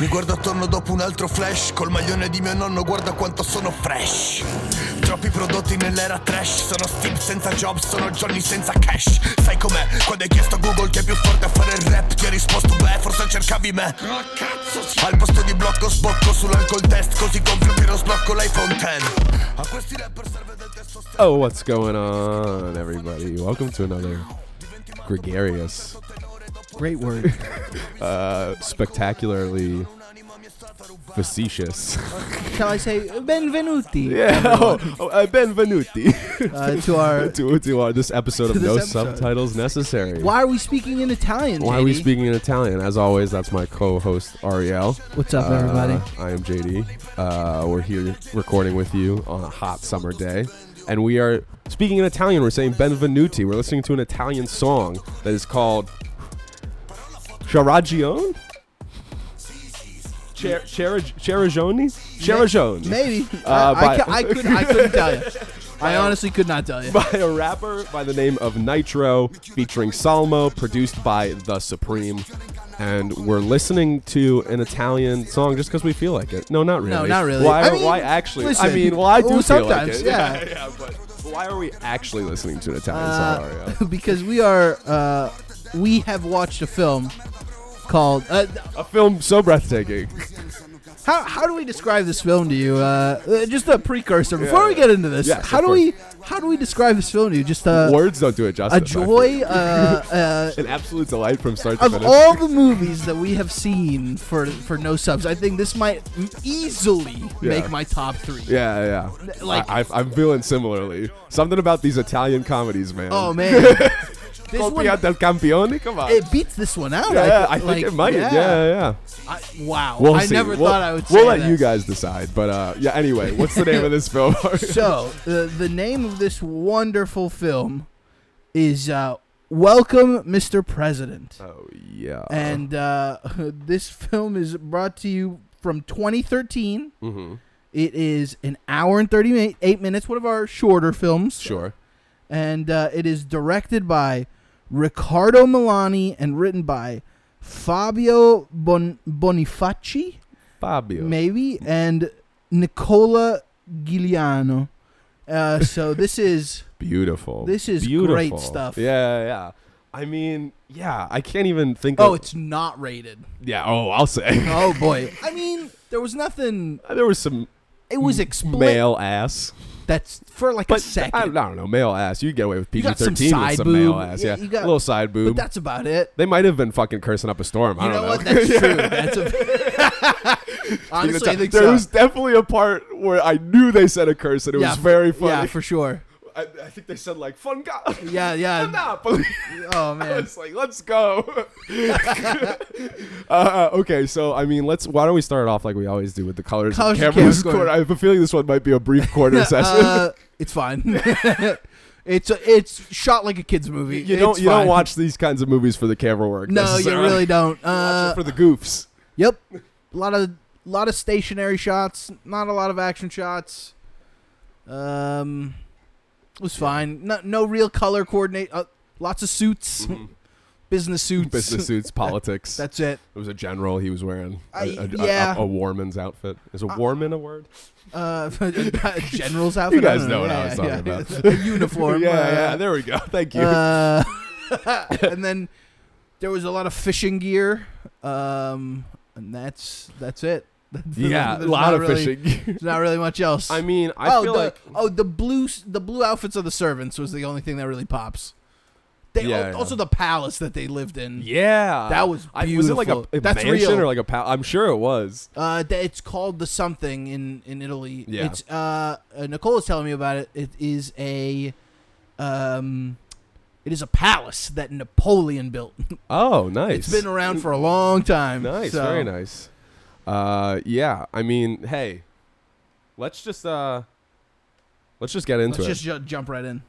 Mi guardo attorno dopo un altro flash Col maglione di mio nonno guarda quanto sono fresh Troppi prodotti nell'era trash Sono Steve senza job, sono Johnny senza cash Sai com'è? Quando hai chiesto a Google chi è più forte a fare il rap Ti ha risposto beh, forse cercavi me Al posto di blocco sbocco sull'alcol test Così compro che non sblocco l'iPhone 10 A questi rapper serve del testo Oh, what's going on, everybody? Welcome to another gregarious, Great word. uh, spectacularly facetious. Shall I say benvenuti? Yeah, oh, oh, uh, benvenuti Uh, to our. to, to our, this episode To of this No episode. Subtitles Necessary. Why are we speaking in Italian? Why are we JD? speaking in Italian? As always, that's my co-host Ariel. What's up, everybody? I am JD. Uh, we're here recording with you on a hot summer day, and we are speaking in Italian. We're saying benvenuti. We're listening to an Italian song that is called Charagione. Cher- Cherag- Cheragione? Cheragione. Maybe. Uh, I, I, by- ca- I, could, I couldn't tell you. I honestly could not tell you. by a rapper by the name of Nitro, featuring Salmo, produced by The Supreme. And we're listening to an Italian song just because we feel like it. No, not really. No, not really. Why? I mean, why actually? I listen, mean, well, I do well, feel sometimes, like it. yeah. yeah, But why are we actually listening to an Italian song? Ariel? Uh, because we are. Uh, we have watched a film called. Uh, A film so breathtaking. how, how do we describe this film to you? Uh, uh, just a precursor before we yeah. get into this. Yes, of how do course. we how do we describe this film to you? Just uh, Words don't do it a justice. I feel. joy. Uh, uh, An absolute delight from start to of finish. all the movies that we have seen for for no subs, I think this might m- easily make my top three. yeah, yeah. Like- I, I, I'm feeling similarly. Something about these Italian comedies, man. Oh man, this one Copia del campione? Come on. it beats this one out. Yeah, I I, think thi- like, it might. Yeah, yeah. I, wow, We'll I see. never We'll- thought I would. We'll say let that. you guys decide. But uh, yeah. Anyway, what's the name of this film? So the the name of this wonderful film is uh, Welcome, Mr. President, oh yeah. and uh, this film is brought to you from 2013. hmm It is an hour and 38 minutes, one of our shorter films. sure. And uh, it is directed by Riccardo Milani and written by Fabio bon- Bonifaci, Fabio. maybe, and Nicola Giuliano. Uh, so this is Beautiful. This is great Beautiful. stuff. Yeah, yeah. I mean, yeah. I can't even think. oh, of, it's not rated. yeah. Oh, I'll say. Oh boy! I mean, there was nothing. there was some It was explicit. male ass, That's for like but a second, I, I don't know. Male ass. You can get away with PG got some thirteen with side some male boob. ass. Yeah, Yeah, you got- a little side but boob. that's about it. They might have been fucking cursing up a storm. I You don't know, what? That's true. That's a, Speaking honestly, I of think time, there so. was definitely a part where I knew they said a curse and it was for- very Yeah, funny. for sure. I, I think they said like "fun God, Yeah, yeah. Monopoly." Oh I man. was like, "Let's go." uh, okay, so I mean, let's. Why don't we start off like we always do with the colors? Colors and and cameras camcorder. quarter. I have a feeling this one might be a brief quarter session. Uh, it's fine. it's it's shot like a kids movie. you don't It's you fine. don't watch these kinds of movies for the camera work. No, you necessarily. really don't. Watch Uh, it for the goofs. yep. A lot of lot of stationary shots. Not a lot of action shots. Um, it was fine. No no real color coordinate. Uh, lots of suits. Business suits. Mm-hmm. Business suits, politics. That's it. it was a general he was wearing. I- a, a, yeah. a, a warman's outfit. Is a warman a word? Uh, general's outfit. You I don't guys know what I was Yeah, talking yeah, about. yeah. A uniform. yeah, uh, yeah. There we go. Thank you. Uh, and then there was a lot of fishing gear, um, and that's that's it. That's- yeah, a there's lot not of really- fishing. There's not really much else. I mean, I oh, feel the, like oh, the blue s- the blue outfits of the servants was the only thing that really pops. They Yeah, al- yeah. also the palace that they lived in. yeah, That was I, was it like a, beautiful. a That's mansion real. or like a pal- I'm sure it was. Uh, th- it's called the something in in Italy. Yeah. It's uh, uh Nicola's telling me about it. It is a um it is a palace that Napoleon built. Oh, nice. It's been around for a long time. nice, so- very nice. Uh, yeah. I mean, hey, let's just uh, let's just get into Let's it. just ju- jump right in.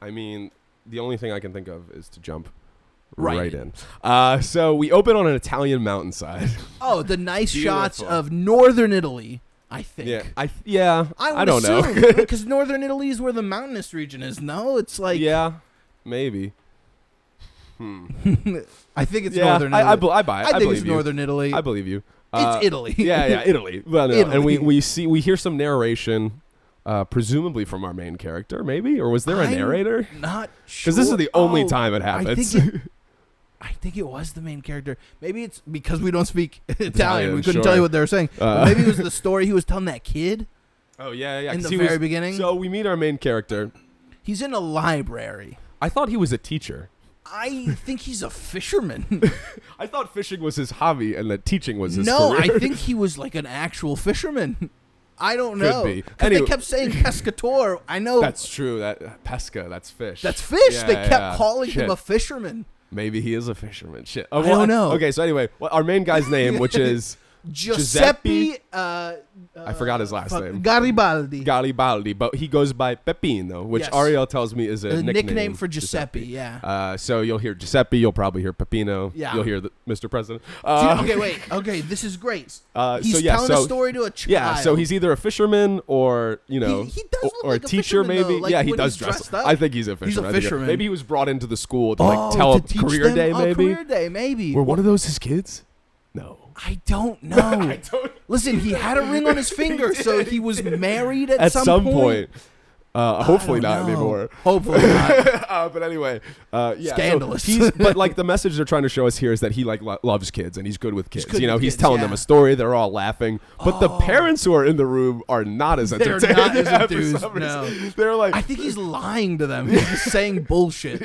I mean, the only thing I can think of is to jump. Right Right in. in. Uh, so we open on an Italian mountainside. Oh, the nice shots Beautiful. of northern Italy. I think. yeah, I yeah, I, I, don't know. because northern Italy is where the mountainous region is. No, it's like yeah, maybe. Hmm. I think it's yeah, northern. I, I, Italy. bel- I buy it. I think believe it's you. northern Italy. I believe you. Uh, Italy. yeah, yeah, Italy. Well, no, And we, Italy. we see we hear some narration, uh, presumably from our main character, maybe, or was there a I'm narrator? Not sure. Because this is the only Oh, time it I happens. think it, I think it was the main character. Maybe it's because we don't speak Italian. Italian, we couldn't sure. tell you what they were saying. But Uh, maybe it was the story he was telling that kid oh yeah, yeah. in 'cause the he very was- beginning. So we meet our main character. He's in a library. I thought he was a teacher. I think he's a fisherman. I thought fishing was his hobby and that teaching was his no, career. I think he was like an actual fisherman. I don't Could know. be. 'Cause Anyway- they kept saying pescator. I know that's true. That pesca, that's fish. that's fish. they Yeah, kept yeah. calling Shit. him a fisherman. Maybe he is a fisherman. Shit. Uh, I don't know. Okay, so anyway, well, our main guy's name, which is Giuseppe, uh, I forgot his last fuck, name. Garibaldi. Garibaldi, but he goes by Peppino, which Yes. Ariel tells me is a, a nickname, nickname, for Giuseppe, yeah. Uh, so you'll hear Giuseppe, you'll probably hear Peppino, Yeah. you'll hear the, Mr. President. Dude, Uh, okay, wait. Okay, this is great. Uh, he's so, yeah, telling so- a story to a child. Yeah, so he's either a fisherman or you know, he does or, look or like a a teacher fisherman, maybe. though, like, yeah, he when does he's dress dressed up. up. I think he's a fisherman. I think it- fisherman. Maybe he was brought into the school to like oh, tell to a teach career them- day oh, maybe. career day, maybe. Were one of those his kids? No. I don't know. don't. Listen, he had a ring on his finger, so he was married at, At some, point. Uh, I hopefully don't not know. anymore. Hopefully not. uh, but anyway, uh, yeah, so Scandalous. he's, but like the message they're trying to show us here is that he like lo- loves kids and he's good with kids. good you know, with he's kids, telling them yeah. Oh. a story. They're all laughing, but the parents who are in the room are not as They're entertained. not as Yeah, for enthused, some reason. no. They're like, I think he's lying to them. He's just saying bullshit.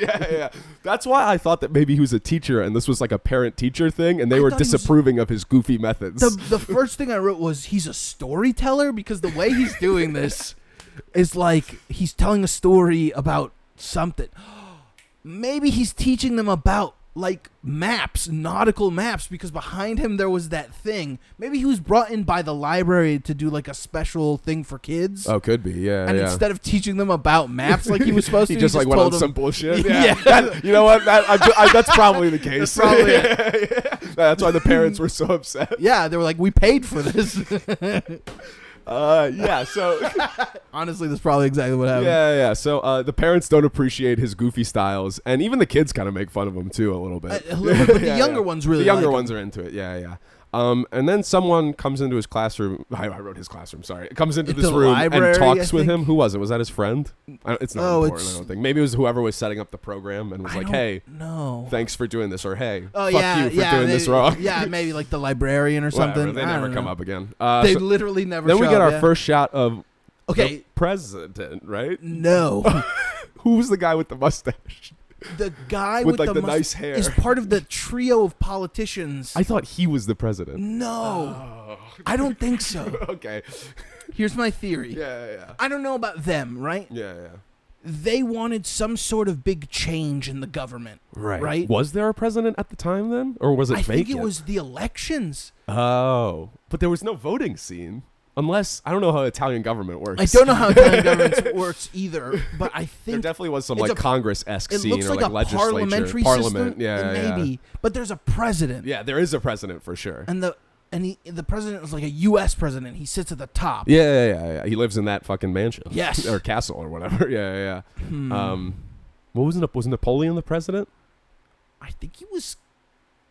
yeah, yeah. That's why I thought that maybe he was a teacher and this was like a parent teacher thing, and they I were thought he was- disapproving of his goofy methods. The, the first thing I wrote was he's a storyteller because the way he's doing this is like he's telling a story about something. Maybe he's teaching them about like maps, nautical maps, because behind him there was that thing. Maybe he was brought in by the library to do like a special thing for kids. oh, could be, yeah. and yeah. instead of teaching them about maps like he was supposed he to, just he like just went on told some them. bullshit. Yeah. That- you know what? That, I, ju- I- that's probably the case. probably That's why the parents were so upset. Yeah, they were like, "We paid for this." Uh, yeah. So Honestly, that's probably exactly what happened. yeah, yeah. So uh, the parents don't appreciate his goofy styles, and even the kids kind of make fun of him too a little bit. A- a little bit, but the Yeah, younger yeah. ones really The younger like him. ones are into it. Yeah, yeah. Um, and then someone comes into his classroom. I, I wrote his classroom. Sorry, comes into Into this the room library, and talks I with think. him. Who was it? Was that his friend? I, it's not Oh, important. it's- I don't think. Maybe it was whoever was setting up the program and was I like, don't "Hey, know. thanks for doing this," or "Hey, Oh fuck yeah, you for yeah, doing maybe, this wrong." Yeah, maybe like the librarian or Whatever, something. They I never don't come know. up again. Uh, They so literally never. then we show get up, our yeah. first shot of Okay, the president, right? no, Who was the guy with the mustache? the guy With, with, like, the, the mus- nice hair. is part of the trio of politicians. I thought he was the president. no, I don't think so. Okay. Here's my theory. Yeah, yeah, I don't know about them, right? yeah, yeah, yeah. They wanted some sort of big change in the government, Right? Was there a president at the time then, or was it I fake? think it yet? was the elections. Oh, but there was no voting scene, unless I don't know how Italian government works. I don't know how Italian government works either, but I There think definitely was some it's like a- Congress esque it scene looks or like, like, a legislature, parliamentary parliament. system, yeah, yeah, maybe. yeah. But there's a president, Yeah, there is a president for sure. and the and he the president is like a U.S. president. He sits at the top. Yeah, yeah, yeah, yeah. He lives in that fucking mansion. Yes. Hmm. or castle or whatever. Yeah, yeah. yeah. Um, what was Nap- was Napoleon the president? I think he was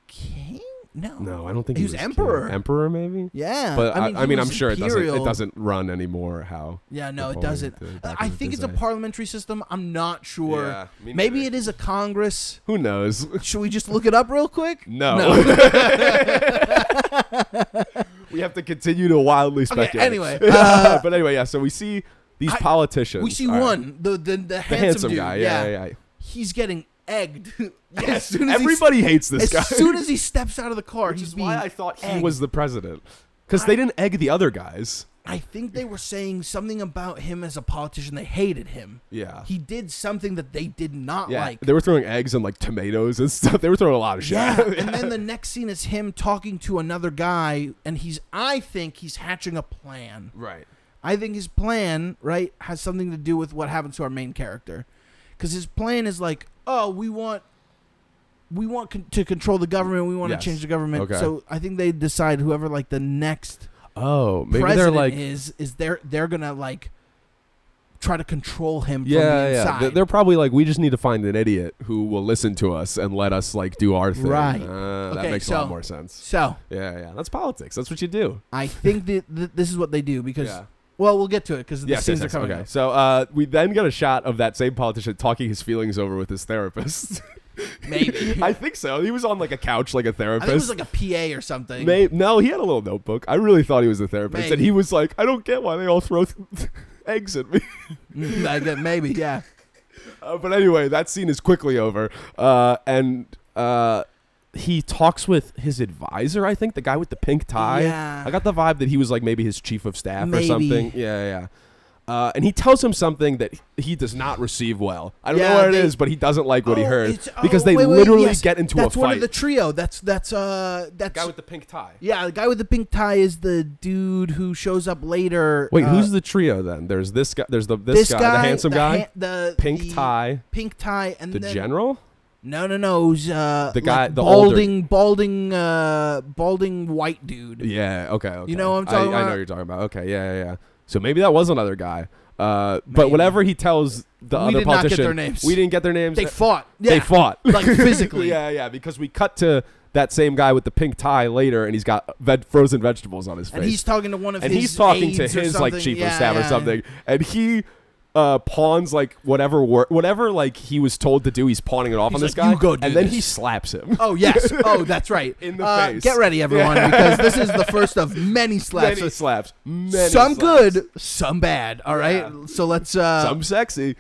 king. No, No, I don't think He he, was was emperor. king. Emperor maybe. Yeah, But I, he I mean, was I'm sure it doesn't. imperial. It doesn't run anymore. How? Yeah, no, it Napoleon doesn't. did back I in think his it's a day. parliamentary system. I'm not sure. Yeah, me Maybe it neither. is a Congress. Who knows? Should we just look it up real quick? No. we have to continue to wildly speculate. anyway, uh, but anyway, yeah. So we see these I- politicians. We see All right. one, the, the the the handsome, handsome dude. guy. Yeah, yeah. yeah. he's getting egged. as Yes, soon as he everybody hates this as guy. soon as he steps out of the car, which he's is why being I thought he egged. was the president, because they didn't egg the other guys. I think they were saying something about him as a politician. They hated him. Yeah. He did something that they did not Yeah, like. they were throwing eggs and like tomatoes and stuff. They were throwing a lot of shit. yeah. And then the next scene is him talking to another guy, and he's, I think he's hatching a plan. right. I think his plan, right, has something to do with what happens to our main character. Because his plan is like, oh, we want. We want con- to control the government. We want Yes. to change the government. Okay. So I think they decide whoever like the next Oh, maybe president they're like is is they're they're gonna like try to control him from Yeah, the yeah. inside. Th- They're probably like, we just need to find an idiot who will listen to us and let us like do our thing. Right. Uh, that Okay, makes a so- lot more sense. so Yeah, yeah. That's politics. That's what you do. I think that th- this is what they do because Yeah. well, we'll get to it because the Yes, scenes yes, yes. are coming. Okay. up. So uh, we then got a shot of that same politician talking his feelings over with his therapist. Maybe I think so. He was on like a couch, like a I therapist. think it was like a PA or something. May- no, he had a little notebook. I really thought he was a therapist, and Maybe. he was like, "I don't get why they all throw th- eggs at me." Mm, I get- maybe yeah. Uh, but anyway, that scene is quickly over, uh, and uh, he talks with his advisor. I think the guy with the pink tie. Yeah. I got the vibe that he was like maybe his chief of staff Maybe. or something. Yeah, yeah. Uh, and he tells him something that he does not receive well. I don't Yeah, know what they- it is, but he doesn't like what he Oh, heard it's- oh, because they wait, wait, literally yes. get into that's a one of fight. the trio. That's that's uh that's the pink tie. yeah. The guy with the pink tie is the dude who shows up later. Wait, uh, who's the trio then? There's this guy. There's the this, this guy, the handsome guy, ha- the pink the tie, pink tie, and the then, general. No, no, no. It was, uh, The guy- like the older- balding, balding, uh, balding white dude. Yeah. Okay. okay. You know what I'm I- talking I know about? what you're talking about. Okay. Yeah. Yeah. yeah. So maybe that was another guy. Uh, but Maybe. whatever he tells the We other did not get politician, their names. we didn't get their names. They Uh, fought. Yeah. They fought Like, physically. yeah. Yeah. Because we cut to that same guy with the pink tie later, and he's got veg- frozen vegetables on his face, And he's talking to one of And his he's talking to aides or his like something. chief Yeah, of staff yeah. or something, and he. Uh, pawns like whatever wor- whatever like he was told to do. He's pawning it off He's on this like, guy, "You go do and then he this." slaps him. Oh yes. Oh, that's right. In the Uh, face. Get ready, everyone, because this is the first of many slaps. many slaps, many some slaps. good, some bad. All right. Yeah. So let's. Uh, some sexy,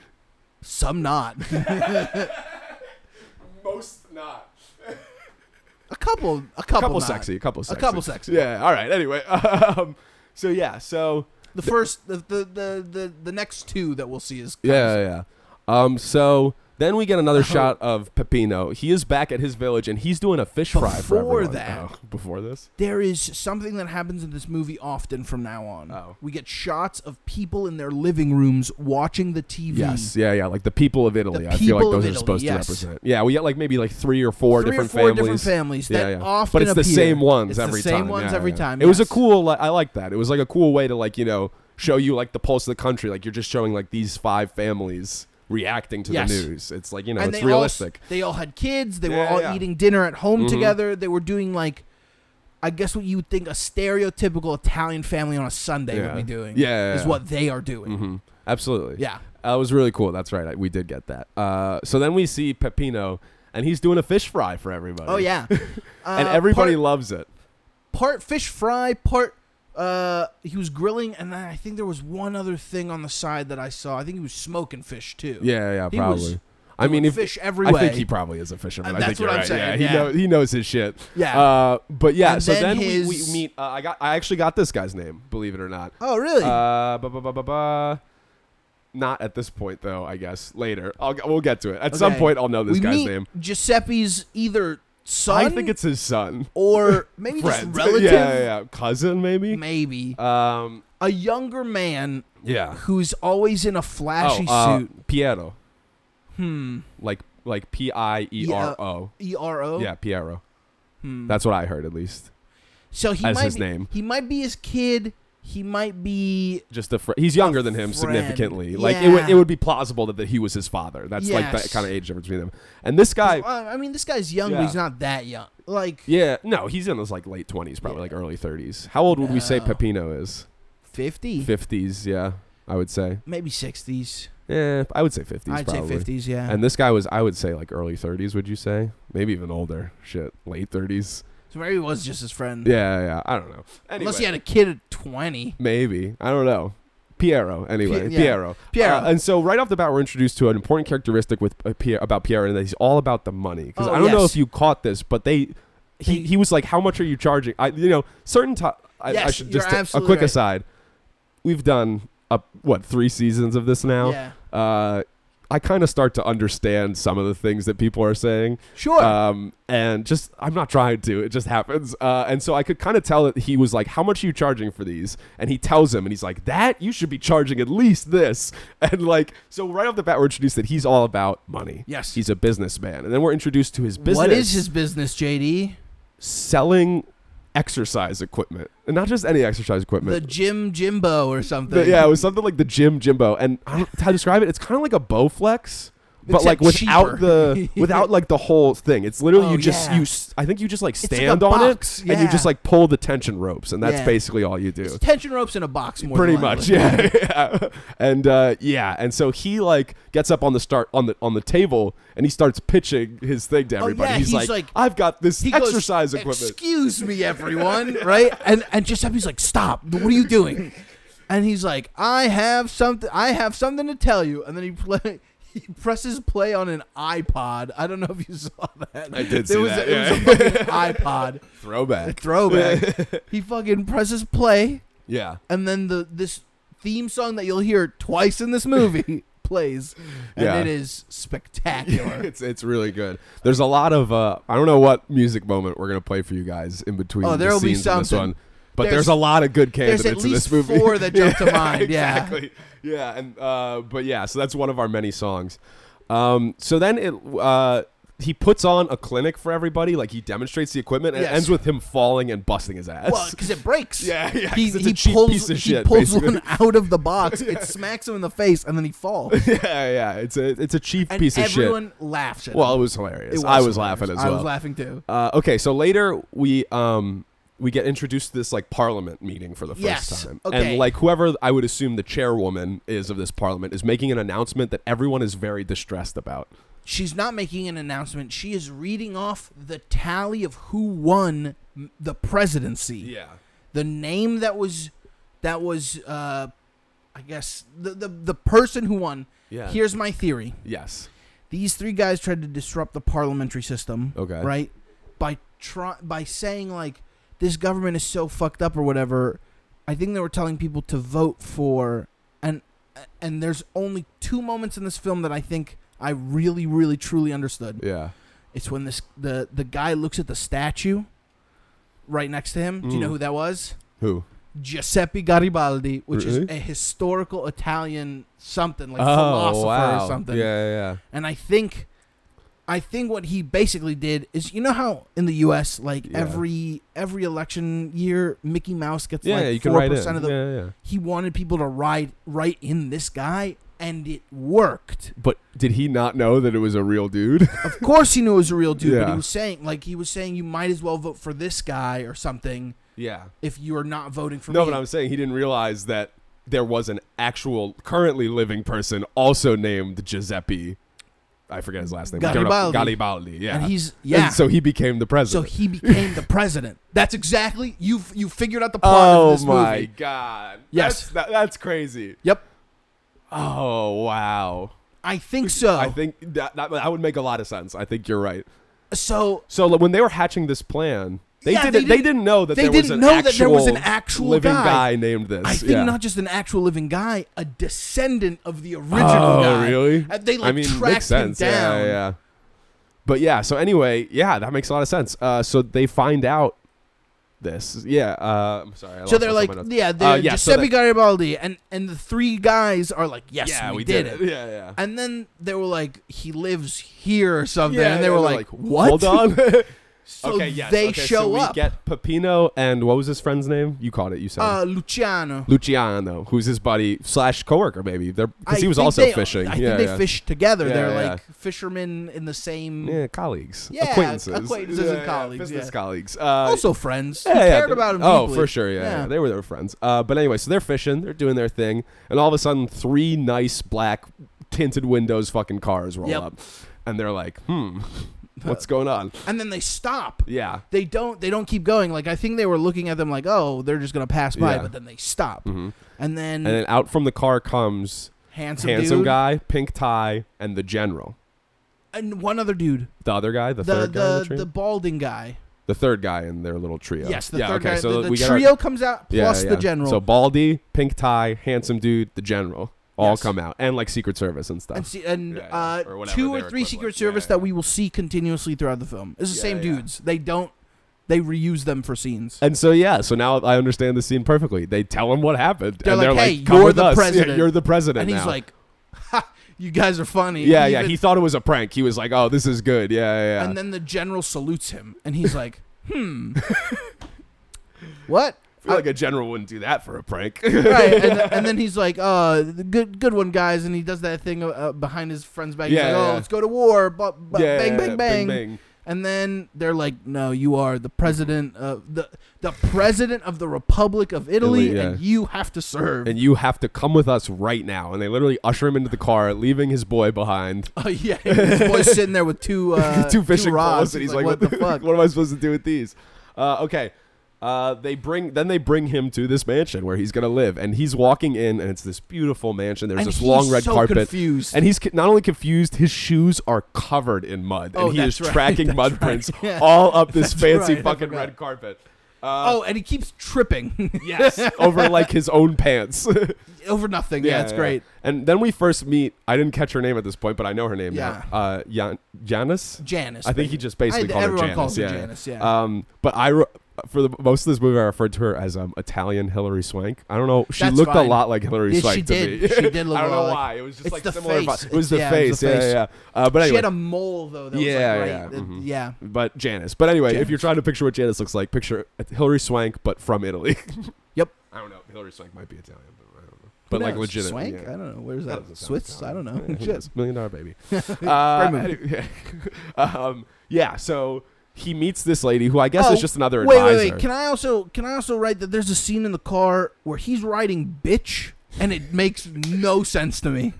some not. most not. a couple. A A couple. couple not. sexy, a couple sexy. couple sexy. Yeah, all right. Anyway, um, so yeah, so The first, the the the the, the next two that we'll see is yeah, yeah. Um so then we get another shot of Pepino. He is back at his village and he's doing a fish fry for Before everyone. that- Oh, before this? There is something that happens in this movie often from now on. Oh. We get shots of people in their living rooms watching the TV. Yes, yeah, yeah. Like the people of Italy. I feel people like of those Italy, are supposed yes. to represent. Yeah, we get like maybe like three or four Three different or four families. different families yeah, that yeah. often but it's the appear. same ones It's the every time. same ones Yeah, every yeah. time, It was a yes. cool. Like, I like that. It was like a cool way to like you know show you like the pulse of the country. Like you're just showing like these five families reacting to Yes. the news. It's like you know and it's they realistic. All, they all had kids. They were Yeah, all yeah. Mm-hmm. eating dinner at home together. They were doing like, I guess what you would think a stereotypical Italian family on a Sunday Yeah. would be doing. Yeah, yeah, is yeah. what they are doing. Mhm. Absolutely. Yeah. That was really cool. That's right. I- We did get that. Uh, so then we see Peppino, and he's doing a fish fry for everybody. Oh yeah, and Uh, everybody part- loves it. part fish fry, part uh he was grilling and then I think there was one other thing on the side that I saw. I think he was smoking fish too. Yeah, yeah, He probably. was I doing mean, if fish every I way. think he probably is a fisherman. Uh, I that's think you're what I'm right. saying, Yeah, yeah. He, know, he knows his shit. Yeah. Uh, but yeah, And so then then, we, his- we meet. Uh, I got. I actually got this guy's name, believe it or not. Oh really? Uh, ba ba ba ba ba. Not at this point, though. I guess later. I'll, g- we'll get to it. At some Okay. point, I'll know this we guy's meet name. Giuseppe's either son I think it's his son. or maybe just Friend. relative Yeah, yeah, yeah. Cousin, maybe. maybe Um. a younger man Yeah. who's always in a flashy oh, uh, suit. Piero. Hmm. Like like P I E R O. E R O. Yeah, Piero. Hmm. That's what I heard, at least. So he As might his be, name. He might be his kid. He might be Just a fr- he's younger than him friend. significantly. Like it would Yeah. it would be plausible that, that he was his father. That's like Yes. that kind of age difference between them. And this guy, Well, Uh, I mean, this guy's young, but Yeah. he's not that young. Like yeah, no, he's in his like late twenties, probably like early thirties. How old would we say No. Pepino is? 50, Fifties, yeah, I would say. maybe 60s. Yeah, I would say 50s I'd probably. say 50s, yeah. And this guy was, I would say, like early 30s. Would you say? Maybe even older. Shit, late 30s. so maybe it was just his friend. Yeah, yeah. I don't know. Anyway, Mm. Unless he had a kid at 20. maybe I don't know. Piero, anyway, Pi- yeah. Piero, Piero. Uh, and so right off the bat, we're introduced to an important characteristic with uh, Piero, about Piero, and that he's all about the money. Because Oh, I don't know yes. if you caught this, but they, he, They- he was like, "How much are you charging?" I, you know, certain time. I, I Yes, should you're just ta- a absolutely quick right. aside. We've done up what three seasons of this now. Yeah. Uh, I kind of start to understand some of the things that people are saying. Sure. Um, and just I'm not trying to. It just happens. Uh, and so I could kind of tell that he was like, "How much are you charging for these?" And he tells him, and he's like, "That you should be charging at least this." And like, so right off the bat, we're introduced that he's all about money. Yes. he's a businessman, and then we're introduced to his business. What is his business, JD? selling exercise equipment, and not just any exercise equipment. The Jim Jimbo or something. The- yeah, it was something like the Jim Jimbo, and I don't, how to describe it. It's kind of like a Bowflex, but Except like without cheaper. the without like the whole thing. It's literally Oh, you just yeah. you. s- I think you just like like a stand on box, it and you yeah. just like pull the tension ropes, and that's Yeah. basically all you do. It's tension ropes in a box more Pretty than much, likely. yeah, yeah. and uh, yeah, and so he like gets up on the start on the on the table and he starts pitching his thing to everybody. Oh, yeah, he's, he's like, like- I've got this He goes, exercise equipment. Excuse me, everyone, right? And and Giuseppe's like, stop! What are you doing? And he's like, I have something. I have something to tell you. And then he play, he presses play on an iPod. I don't know if you saw that. I did There see was that, A, it was a fucking iPod Throwback, throwback. he fucking presses play, yeah. and then the this theme song that you'll hear twice in this movie plays, and Yeah. it is spectacular. it's it's really good. There's a lot of uh, I don't know what music moment we're gonna play for you guys in between. Oh, there'll the be scenes in this something. one. But there's, There's- a lot of good candidates there's at in least this movie. four that jump to mind. Yeah. exactly. Yeah, and uh, but yeah, so that's one of our many songs. Um, so then it uh, he puts on a clinic for everybody. Like he demonstrates the equipment, and it Yes. ends with him falling and busting his ass. Well, because it breaks. Yeah, yeah, 'cause He, it's a he cheap pulls, piece of he shit, pulls basically. one out of the box. It smacks him in the face, and then he falls. yeah, yeah. It's a it's a cheap And piece of shit. everyone laughs at Well, it him. was hilarious. It I was hilarious. laughing as I well. was laughing too. Uh, okay, so later we um we get introduced to this like parliament meeting for the first Yes, time, okay. and like whoever I would assume the chairwoman is of this parliament is making an announcement that everyone is very distressed about. She's not making an announcement. She is reading off the tally of who won m- the presidency. The name that was, that was, uh, I guess the the the person who won. Yeah. Here's my theory. Yes. these three guys tried to disrupt the parliamentary system. Okay. Right? By try- by saying like this government is so fucked up or whatever. I think they were telling people to vote for and and there's only two moments in this film that I think I really really truly understood. Yeah. It's when this the the guy looks at the statue right next to him. Do you know Mm. who that was? Who? Giuseppe Garibaldi, which is Really? a historical Italian something like oh philosopher wow. or something. Yeah, yeah, And I think I think what he basically did is you know how in the US like Yeah. every every election year Mickey Mouse gets yeah. yeah, you like can four write it. percent of the yeah, yeah. he wanted people to ride right in this guy and it worked. But did he not know that it was a real dude? Of course he knew it was a real dude, but Yeah. he was saying like he was saying you might as well vote for this guy or something yeah. if you are not voting for No, me. but I'm saying he didn't realize that there was an actual currently living person also named Giuseppe. I forget his last name. Garibaldi. Garibaldi. Yeah. And he's yeah. And so he became the so president. he became the president. That's exactly you. You figured out the plot of oh this my movie. god. Yes. That's, that, that's crazy. Yep, Oh wow. I think so. I think that, that that would make a lot of sense. I think you're right. so So like, when they were hatching this plan, they Yeah, didn't they they didn't- didn't know that they there was didn't an know actual that there was an actual living guy. guy, named this. I think yeah. not just an actual living guy, a descendant of the original Oh, guy. really? And they like I mean, tracked makes sense. him down. Yeah, yeah. But yeah, so anyway, yeah, that makes a lot of sense. Uh, so they find out this. Yeah, uh, I'm sorry. I So lost they're my like, thought. yeah, they're Uh, yeah, so Giuseppe they- Garibaldi, and and the three guys are like, yes, yeah, we, did, it. Yeah, yeah. And then they were like, he lives here or something, yeah, and they yeah, were they're like, what? Hold on. so okay, yes. they okay, show so we up. Get Pepino and what was his friend's name? You caught it. You said. uh, Luciano. Luciano, who's his buddy slash coworker, maybe. They're because I he was think also they- fishing. I yeah, think they yeah. fished together. Yeah, they're yeah. like fishermen in the same. Yeah, colleagues, Yeah, acquaintances, acquaintances and colleagues, business yeah. colleagues. Uh, Also friends. yeah, who yeah, cared they- about him Oh, deeply. for sure. Yeah, yeah, Yeah. they were their friends. Uh, but anyway, so they're fishing, they're doing their thing, and all of a sudden, three nice black tinted windows fucking cars roll Yep. up, and they're like, "Hmm, what's going on?" And then they stop. Yeah, they don't they don't keep going. Like I think they were looking at them like, oh, they're just gonna pass by, Yeah. Mm-hmm. but then they stop. And then and then out from the car comes handsome, handsome Mm. dude, guy, pink tie, and the general. and one other dude, The other guy, the, the third guy, in the the, the, tree? balding guy. The third guy in their little trio. Yes, the yeah, third okay, guy. So the the we got our- trio comes out Yeah, plus yeah. the general. So Baldy, pink tie, handsome dude, the general, all Yes. come out, and like Secret Service and stuff. and see, and Yeah, yeah, uh, or whatever two their or three equivalent. Secret Yeah, Service yeah. that we will see continuously throughout the film. It's the Yeah, same yeah. dudes. They don't they reuse them for scenes. And so yeah, so now I understand the scene perfectly. They tell him what happened, They're and like, they're like, "Hey, "Come you're with the us. Yeah, president." you're the president." and he's now. like, ha, you guys are funny. "Yeah, And yeah." even- He thought it was a prank. He was like, "Oh, this is good. Yeah, yeah." yeah. And then the general salutes him, and he's like, "Hmm, What? I feel like a general wouldn't do that for a prank. right, and, th- and then he's like, "Uh, the good, good one, guys," and he does that thing uh, behind his friend's back. he's Yeah, like, "Oh, yeah. let's go to war!" Bu- bu- Yeah, bang, yeah, bang, yeah, bing, bang, bang. And then they're like, "No, you are the president of the the president of the Republic of Italy, Italy, and you have to serve." and you have to come with us right now. And they literally usher him into the car, leaving his boy behind. oh yeah, this boy's sitting there with two uh, two fishing rods, poles, and he's like, "What the fuck? What am I supposed to do with these?" Uh, okay. Uh, they bring then they bring him to this mansion where he's gonna live, and he's walking in, and it's this beautiful mansion. There's And this he's long red so carpet, confused. and he's co- not only confused, his shoes are covered in mud, Oh, and he that's is right, tracking that's mud right, prints yeah. all up this That's fancy right, I fucking forgot. red carpet. oh, and he keeps tripping Yes, over like his own pants. over nothing. Yeah, it's great. And then we first meet. I didn't catch her name at this point, but I know her name now. Uh, Jan- Janice. Janice, I think he baby. just basically I- called her everyone Janice. calls her yeah, Janice, yeah. Uh, Um, but I re- for the most of this movie, I referred to her as um, Italian Hillary Swank. I don't know. She That's looked fine. a lot like Hillary Yeah, Swank she to did. me. She did look I don't a know lot like- why. It was just It's like the similar. face. vi- It was the Yeah, it was face. the yeah, face. yeah. yeah. Uh, but She anyway, had a mole though. That was Yeah, like, right, yeah, uh, mhm. yeah. but Janice. But anyway, if Janice. you're trying to picture what Janice looks like, picture Hillary Swank, but from Italy. Yep. I don't know. Hillary Swank might be Italian, but I don't know. But Who like knows? legit. Swank? yeah. I don't know. Where's That that? doesn't sound Swiss? I don't Italian. know. Yeah, who Shit. knows? million dollar baby. uh, movie. anyway, um, yeah. So he meets this lady who I guess Oh, is just another wait, advisor. wait, wait. Can I also can I also write that there's a scene in the car where he's writing bitch and it makes no sense to me.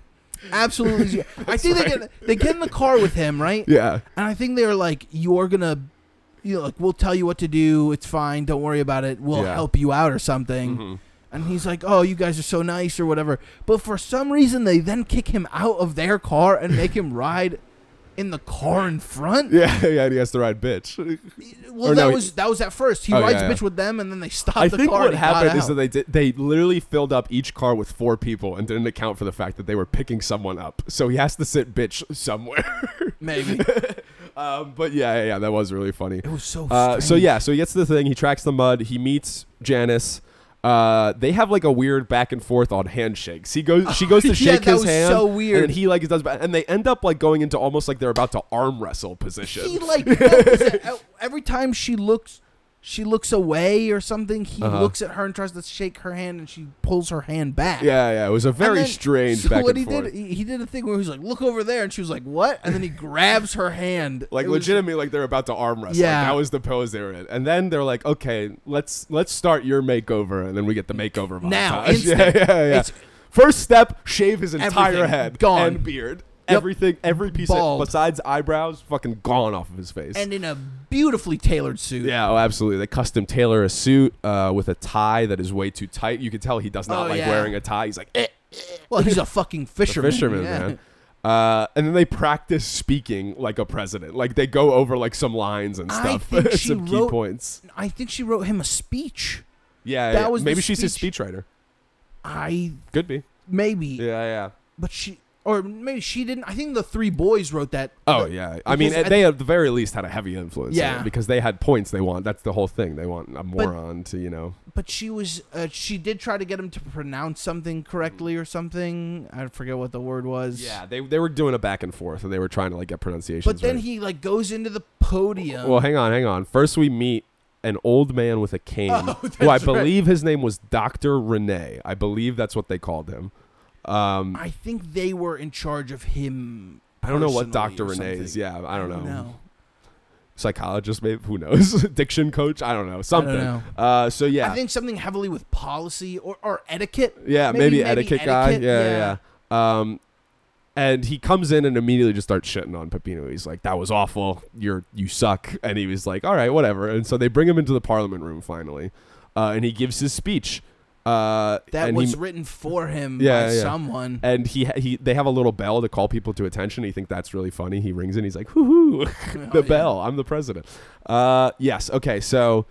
Absolutely. zero. I think they get they get in the car with him, right? yeah. And I think they're like, "You're gonna, you know, like we'll tell you what to do. It's fine. Don't worry about it. We'll Yeah. Mm-hmm. help you out or something." And he's like, "Oh, you guys are so nice or whatever." But for some reason, they then kick him out of their car and make him ride in the car in front. Yeah, yeah, and he has to ride bitch. Well, Or that no, was that was at first. He Oh, rides yeah, yeah. bitch with them, and then they stop I the think car. what and he got happened is that out. they did, they literally filled up each car with four people and didn't account for the fact that they were picking someone up. So he has to sit bitch somewhere. maybe um, but yeah, yeah, yeah, that was really funny. it was so. Uh, so strange. yeah, so he gets to the thing. He tracks the mud. He meets Janice. Uh, they have like a weird back and forth on handshakes. He goes, she goes to Yeah, shake that his was hand, so weird. and he like does, ba- and they end up like going into almost like they're about to arm wrestle position. he like that was it. Oh, every time she looks she looks away or something he Uh-huh. looks at her and tries to shake her hand and she pulls her hand back yeah, yeah, it was a And very then- strange so back what and he forth. did he, he did a thing where he was like look over there and she was like what and then he grabs her hand like It was- legitimately like they're about to arm wrestle Yeah. like, that was the pose they were in and then they're like okay let's let's start your makeover and then we get the makeover Now, montage. yeah yeah instant. yeah It's- first step shave his entire Everything head gone. and beard Yep. everything every piece Bald. of besides eyebrows fucking gone off of his face and in a beautifully tailored suit yeah, oh, absolutely. They custom tailor a suit uh, with a tie that is way too tight. You can tell he does not Oh, like yeah. wearing a tie. He's like, eh, well he's a fucking fisherman fisherman, Yeah. man. Uh, and then they practice speaking like a president. Like they go over like some lines and I stuff, think she some key wrote- points. I think she wrote him a speech Yeah, That yeah. was the maybe she's his speech- speechwriter. I Could be. maybe Yeah, yeah. but she or maybe she didn't I think the three boys wrote that Oh yeah. I mean, Because I they at the very least had a heavy influence. on it Yeah. because they had points they want. That's the whole thing. They want a moron to you know. but she was uh, she did try to get him to pronounce something correctly or something i forget what the word was Yeah, they they were doing a back and forth and they were trying to like get pronunciations. but then right. he like goes into the podium Well, hang on, hang on. First we meet an old man with a cane, who I Oh, that's right. believe his name was Doctor Rene. I believe that's what they called him. Um, i think they were in charge of him I don't know what personally Doctor or Rene is. something. Yeah, I don't know. no Psychologist, maybe who knows? Diction coach, I don't know. Something. know. Uh, so yeah, i think something heavily with policy or, or etiquette Yeah, maybe, etiquette, guy. etiquette, Yeah, yeah, yeah. Um, and he comes in and immediately just starts shitting on Peppino. He's like, "That was awful. You're you suck." And he was like, "All right, whatever." And so they bring him into the Parliament room finally, uh, and he gives his speech. Uh, that and was he, written for him Yeah, by yeah. someone and he he they have a little bell to call people to attention. He think that's really funny. He rings it. He's like, "Hoo hoo, the Oh, yeah. bell! I'm the president." Uh, yes. Okay. So,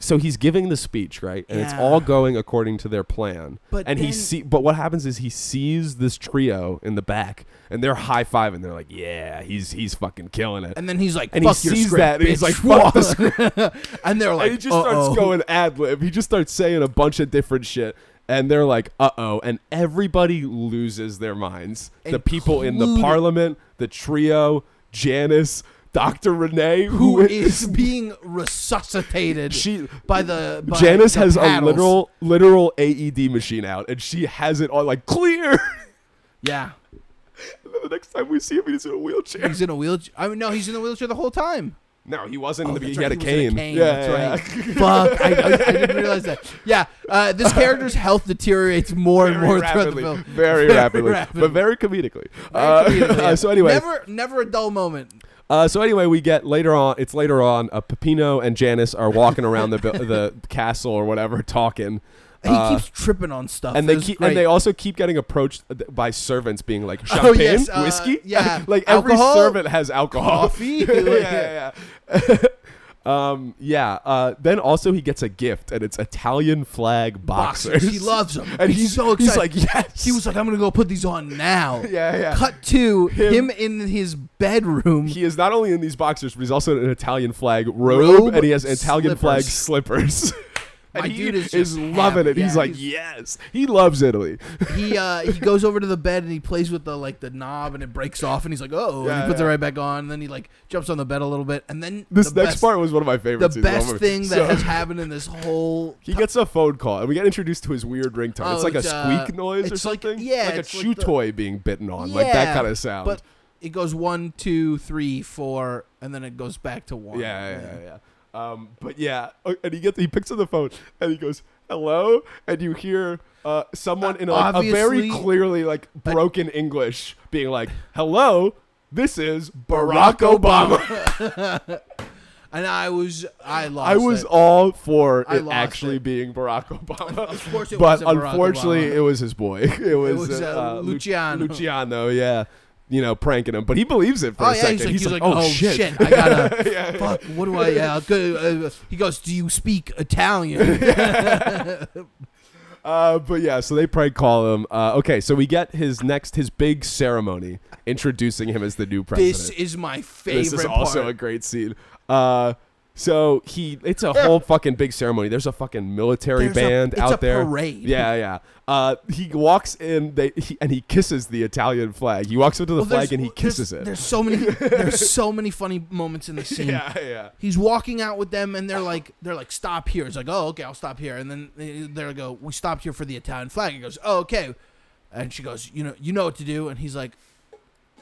so he's giving the speech, right? And it's Yeah. all going according to their plan. But and he then- see, but what happens is he sees this trio in the back, and they're high fiving. They're like, "Yeah, he's he's fucking killing it." and then he's like and he fuck your sees script, that, and he's bitch. like, "Fuck the script." and they're and like he just starts "Uh-oh." going ad lib. He just starts saying a bunch of different shit. And they're like, uh oh. And everybody loses their minds. The people in the Including- parliament, the trio, Janice, Dr. Renee, who who is being resuscitated she by the by Janice the has a paddles. literal literal AED machine out, and she has it on like clear. yeah. And then the next time we see him, he's in a wheelchair. He's in a wheelchair. I mean, no, he's in the wheelchair the whole time. No, he wasn't. in Oh, the Oh, that's beginning. right, he had a cane. Yeah, that's right. Fuck, I, I, I didn't realize that. Yeah, uh, this character's health deteriorates more and more Very throughout rapidly, the film. very, rapidly, but very comedically. Uh, Comedically, yeah. so anyway, never, never a dull moment. Uh, so anyway, we get later on. It's later on. Uh, Pepino and Janice are walking around the bu- the castle or whatever, talking. He Uh, keeps tripping on stuff. and they It's keep, great. and they also keep getting approached by servants, being like champagne, Oh, yes, uh, whiskey, yeah. like every Alcohol? servant has alcohol, Coffee? yeah, yeah, yeah. um, yeah. Uh, then also he gets a gift, and it's Italian flag boxers. boxers. He loves them, and he's, so excited. He's like, yes, he was like, "I'm gonna go put these on now." yeah, yeah. Cut to Him- him, in his bedroom. He is not only in these boxers, but he's also in an Italian flag robe, Robe, and he has Italian flag slippers. and My he dude is is, just loving happy. it. he's Yeah, like, yes, he loves Italy. he uh, he goes over to the bed and he plays with the like the knob and it breaks off and he's like, "Oh," and Yeah, he puts yeah. it right back on. And then he like jumps on the bed a little bit and then This the next best, part was one of my the favorites. in whole best movie. thing that So, has happened in this whole. He gets a phone call, and we get introduced to his weird ringtone. Oh, it's like it's, a uh, squeak noise or it's like- something. yeah, like a it's like chew the- toy being bitten on, like that Yeah, kind of sound. But it goes one, two, three, four, and then it goes back to one. Yeah, yeah, yeah. yeah. Um, but yeah, uh, and he gets he picks up the phone and he goes hello, and you hear uh, someone in like, a very Obviously- clearly like broken English being like hello, this is Barack Obama. And I was, I lost. I was it. all for I it lost actually it. being Barack Obama. Of course it but wasn't Barack unfortunately, Obama. it was his boy. It was, was, uh, uh, Lu- Luciano. Luciano, yeah. You know, pranking him, but he believes it for Oh a yeah, second. he's like, he's like, oh, shit. I gotta fuck. What do I? Uh, go, uh, he goes, do you speak Italian? Uh, but yeah, so they prank call him. Uh, okay, so we get his next, his big ceremony introducing him as the new this president. is my favorite. This is also part. a great scene. Uh, so he, it's a whole fucking big ceremony. There's a fucking military There's a- band it's out a there. parade. Yeah, yeah. Uh, he walks in, they he, and he kisses the Italian flag. He walks up to the Well, flag there's- and he kisses there's, it. There's so many. There's so many funny moments in the scene. Yeah, yeah. He's walking out with them, and they're like, they're like, stop here. It's like, oh, okay, I'll stop here. And then they they go, we stopped here for the Italian flag. He goes, oh, okay. And she goes, you know, you know what to do. And he's like,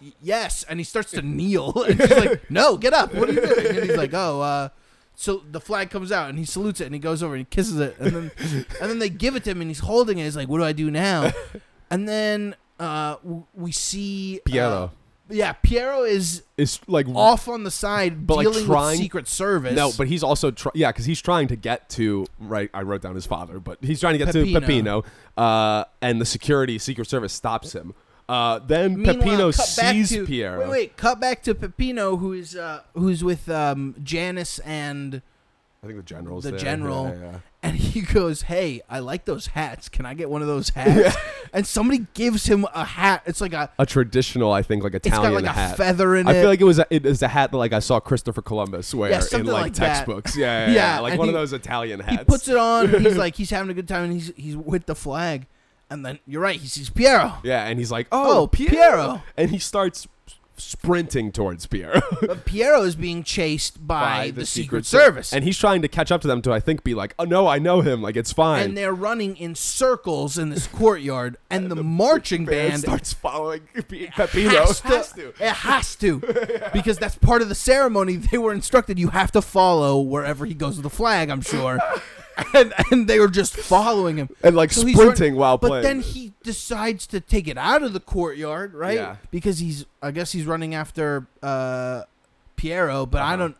"Y- yes. And he starts to kneel, and she's like, no, get up. What are you doing? And he's like, oh, uh, so the flag comes out, and he salutes it, and he goes over and he kisses it, and then, and then they give it to him, and he's holding it. He's like, what do I do now? And then uh, w- we see uh, Piero yeah, Piero is is like off on the side Mm. But, like, dealing trying- with Secret Service. No, but he's also try- yeah, because he's trying to get to right. I wrote down his father, but he's trying to get to Peppino. Peppino, uh, and the security Secret Service stops him. Uh, then Meanwhile, Peppino cut back sees to, Piero. Wait, wait, cut back to Peppino, who is uh, who's with um, Janice and I think the general's the there. general, Yeah, yeah. and he goes, "Hey, I like those hats. Can I get one of those hats?" And somebody gives him a hat. It's like a, A traditional, I think, like it's Italian got like hat. a feather in I it. feel like it was a, it is a hat that like I saw Christopher Columbus wear in something like, like that. textbooks. Yeah, yeah, yeah, Yeah, like and one he- of those Italian he hats. puts it on. and he's like, he's having a good time, and he's he's with the flag. And then you're right, he sees Piero. yeah, and he's like, oh, Oh, Piero. Piero. and he starts sprinting towards Piero. But Piero is being chased by, by the, Secret, Service. And he's trying to catch up to them to, I think, be like, oh no, I know him. Like, it's fine. and they're running in circles in this courtyard, and the marching band starts following Pe- has Peppino. to, It has to, because that's part of the ceremony. They were instructed you have to follow wherever he goes with the flag. I'm sure, and and they were just following him And, like, he's running- sprinting while but playing. then he decides to take it out of the courtyard, right? Yeah. Because he's, I guess he's running after uh, Piero, but I Uh-huh. don't.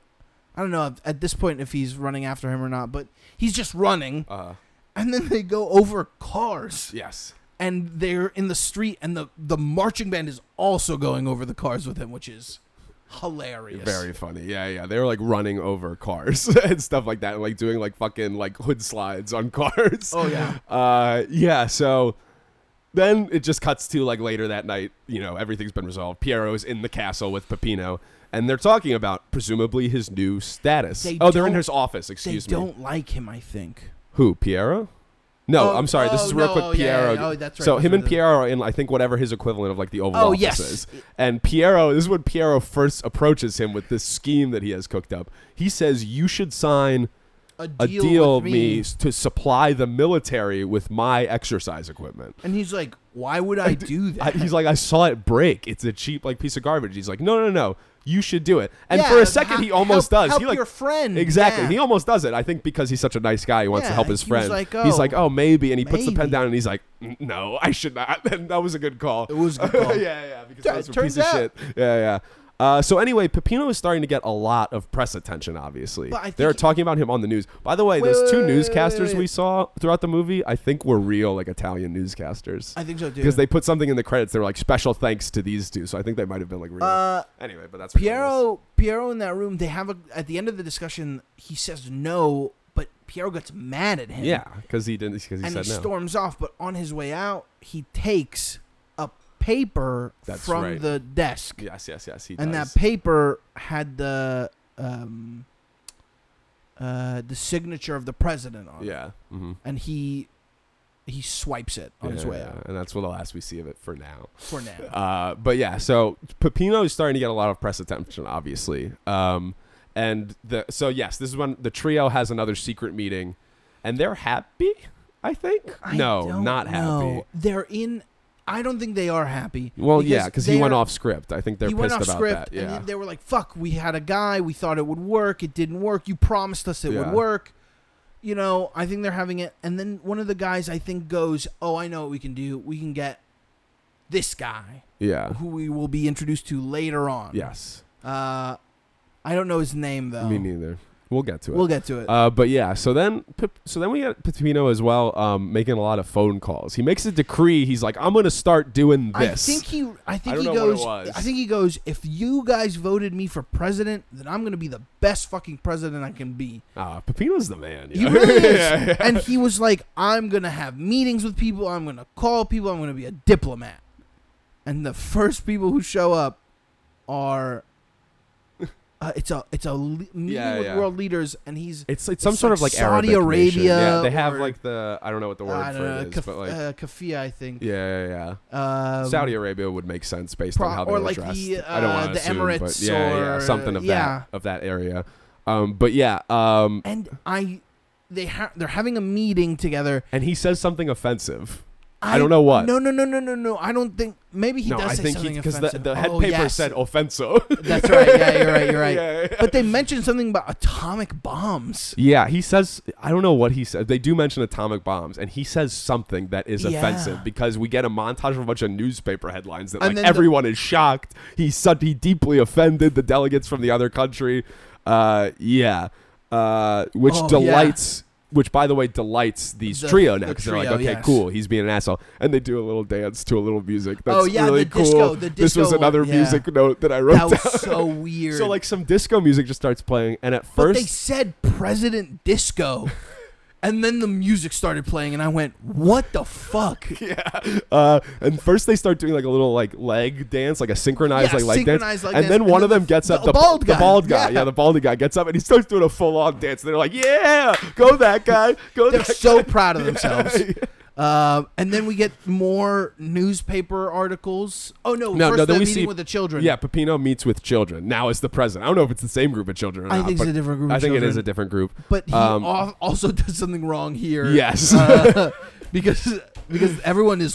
I don't know if- at this point if he's running after him or not, but he's just running. Uh, and then they go over cars yes. and they're in the street and the the marching band is also going over the cars with him which is hilarious Very funny. Yeah, yeah. They were like running over cars and stuff like that, and like doing like fucking like hood slides on cars. Oh, yeah. Uh, yeah. So then it just cuts to like later that night. You know, everything's been resolved. Piero's in the castle with Peppino, and they're talking about presumably his new status. They oh, they're in don't- his office. they Excuse me. don't like him i think Who? Piero? No, Oh, I'm sorry. This oh, is real no, quick. oh, yeah, Piero. yeah, yeah. Oh, that's right. So Those him are and the- Piero are in, I think, whatever his equivalent of like the Oval Oh, Office yes. is. And Piero, this is when Piero first approaches him with this scheme that he has cooked up. He says, "You should sign a deal, with me. to supply the military with my exercise equipment." And he's like, why would I do I, that? he's like, "I saw it break. It's a cheap like piece of garbage." He's like, "No, no, no." You should do it. And Yeah, for a like, second, ha- he almost help- does. he help like your friend. Exactly. Mm. Yeah. He almost does it. I think because he's such a nice guy, he wants to Yeah, help his he was friend. like, he's "Oh, like, oh, maybe. And he puts the pen maybe. down and he's like, "Mm, no, I should not. And that was a good call. It was a good call. yeah, yeah. Because Yeah, that was a piece it turns of out- shit. Yeah, yeah. Uh, so anyway, Pepino is starting to get a lot of press attention. Obviously, But I they're think- talking about him on the news. By the way, Wait, those two wait, wait, wait, newscasters wait, wait. we saw throughout the movie, I think were real, like Italian newscasters, I think so, dude. because they put something in the credits. They were like special thanks to these two. So I think they might have been like real. Uh, anyway, but that's ridiculous. Piero, Piero in that room, they have a. At the end of the discussion, he says no, but Piero gets mad at him. Yeah, because he didn't. Because he and he said no. storms off. But on his way out, he takes a paper That's from right. the desk, Yes, yes, yes. He and does. that paper had the um, uh, the signature of the president on it. yeah, hmm and he he swipes it on his way out and that's what the last we see of it for now. for now. Uh, but yeah, so Pepino is starting to get a lot of press attention, obviously. Um, and the so yes, this is when the trio has another secret meeting, and they're happy. I think I no, don't not happy. know. They're in. I don't think they are happy. Well, yeah, because he went they're- off script. I think they're he pissed went off about script, that. Yeah, and they were like, "Fuck, we had a guy. We thought it would work. It didn't work. You promised us it Yeah. would work." You know, I think they're having it, and then one of the guys I think goes, "Oh, I know what we can do. We can get this guy, yeah, who we will be introduced to later on." yes. Uh, I don't know his name though. Me neither. We'll get to it. We'll get to it. Uh, but yeah, so then Pip- so then we get Pepino as well um, making a lot of phone calls. He makes a decree. He's like, I'm gonna start doing I this. think he. I think I don't he know what it goes. was. I think he goes. If you guys voted me for president, then I'm going to be the best fucking president I can be. Ah, Pepino's the man. He yeah. really is. Yeah, yeah. And he was like, I'm going to have meetings with people. I'm going to call people. I'm going to be a diplomat. And the first people who show up are. Uh, it's a it's a le- meeting Yeah, with yeah. world leaders, and he's It's it's some It's sort like of like Saudi Arabic nation. Yeah, Arabia they have or- like the I don't know what the word I don't for know, it is, kaf- but like uh, kafia, I think. yeah, yeah, yeah. Um, Saudi Arabia would make sense based pro- on how they or were like dressed. the, I don't uh, want to the assume, but Emirates yeah, yeah, or- something of yeah. that of that area. Um, but yeah, um, and I, they ha- they're having a meeting together, and he says something offensive. I don't know what. No, no, no, no, no, no. I don't think. Maybe he no, does I say think something because the, offensive. the head Oh, paper yes. said offensive. That's right. Yeah, you're right. You're right. Yeah, yeah. But they mentioned something about atomic bombs. Yeah, he says I don't know what he said. They do mention atomic bombs, and he says something that is Yeah. offensive because we get a montage of a bunch of newspaper headlines that And like then the- everyone is shocked. He's sud- he deeply offended the delegates from the other country. Uh, yeah, uh, which Oh, yeah. delights. Which, by the way, delights these The- trio now the 'cause they're like, trio, okay, yes. cool, he's being an asshole, and they do a little dance to a little music. That's Oh, yeah, really the cool. disco- the this was disco one, another yeah. music note that I wrote That was down. so weird. so like some disco music just starts playing, and at but first they said President Disco, and then the music started playing, and I went, "What the fuck?" yeah. Uh, and first they start doing like a little like leg dance, like a synchronized Yeah, like leg dance, synchronized leg and dance. then And one then of them gets the- up. the bald the guy. bald guy, yeah. Yeah. the bald guy gets up and he starts doing a full on dance. they're like, yeah, go that guy, go They're that so guy." proud of themselves. Um, and then we get more newspaper articles. Oh no! No, first no, then we the meeting see- with the children. Yeah, Pepino meets with children. Now it's the president. I don't know if it's the same group of children. Or I not, think it's but a different group I of think it is children. a different group. But he Um, al- also does something wrong here. Yes. Uh, because because everyone is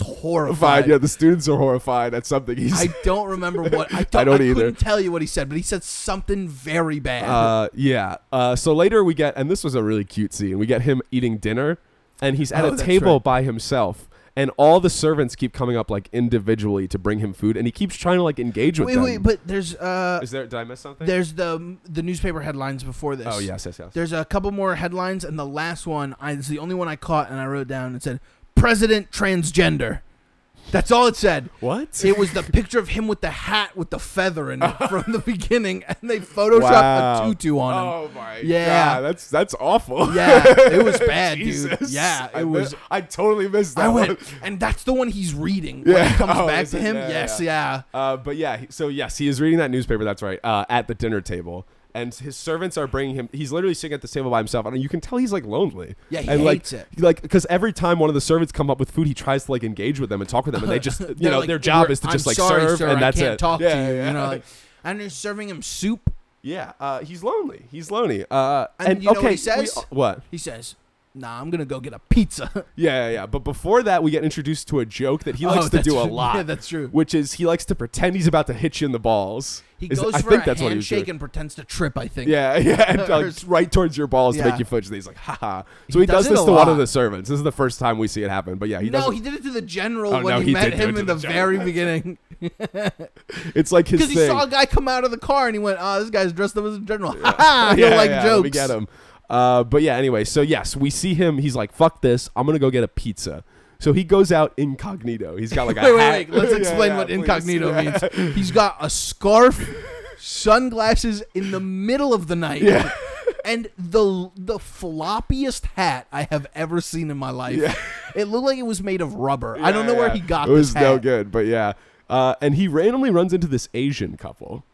horrified. Fine. Yeah, the students are horrified at something he's I don't remember what I, don't, don't I either. couldn't tell you what he said, but he said something very bad. Uh, yeah. Uh, so later we get, and this was a really cute scene. We get him eating dinner, and he's at Oh, a that's table right. by himself, and all the servants keep coming up like individually to bring him food, and he keeps trying to like engage with wait, them. wait, but there's uh is there? Did I miss something? there's the the newspaper headlines before this. oh yes, yes, yes. There's a couple more headlines, and the last one I, it's the only one I caught, and I wrote down. It said "President transgender." That's all it said. What? It was the picture of him with the hat with the feather in it from the beginning, and they photoshopped Wow. a tutu on him. Oh my Yeah. god, that's that's awful. Yeah, it was bad, dude. Jesus. Yeah, I it mi- was. I totally missed that. I went, one. and that's the one he's reading when Oh. Yeah. it comes Oh, back is to it? him. Yeah, yes, yeah. yeah. Uh, but yeah, he- so yes, he is reading that newspaper. That's right. Uh, at the dinner table, and his servants are bringing him. He's literally sitting at this table by himself, and you can tell he's like lonely. Yeah, he and, hates like, it. Like, because every time one of the servants come up with food, he tries to like engage with them and talk with them, and they just, you They're know, like, their job "We're- is to I'm just like sorry, serve, sir, and I that's can't it. Talk yeah, to you, yeah, you know, yeah. like, and they're serving him soup. Yeah, uh, he's lonely. He's lonely. Uh, And and you know okay, what he we- uh, says? what? He says, "Nah, I'm gonna go get a pizza." Yeah, yeah, yeah. But before that, we get introduced to a joke that he Oh, likes to that's do a true. lot. Yeah, that's true. Which is he likes to pretend he's about to hit you in the balls. He Is- goes I for think a that's what he was handshake doing. and pretends to trip. I think. Yeah, yeah, and Or like, s- right towards your balls to Yeah. make you fudge. And he's like, haha. So he, He does, does it this a to one of lot. the servants. This is the first time we see it happen. But yeah, he no, does. he did it to the general Oh, when no, he, he met did do it him to in the the, general. very beginning It's like his because thing. he saw a guy come out of the car and he went, "Ah, this guy's dressed up as a general. Ha ha! ah, He'll like yeah, jokes." We get him. Uh, but yeah, anyway, so yes, we see him. He's like, "Fuck this! I'm gonna go get a pizza." So he goes out incognito. He's got like a Wait, hat. wait, wait. Let's Yeah, explain yeah, what please. incognito Yeah. means. He's got a scarf, sunglasses in the middle of the night, and the the floppiest hat I have ever seen in my life. It looked like it was made of rubber. I don't know Yeah, where yeah. he got It was this hat. no good, but yeah. Uh, and he randomly runs into this Asian couple.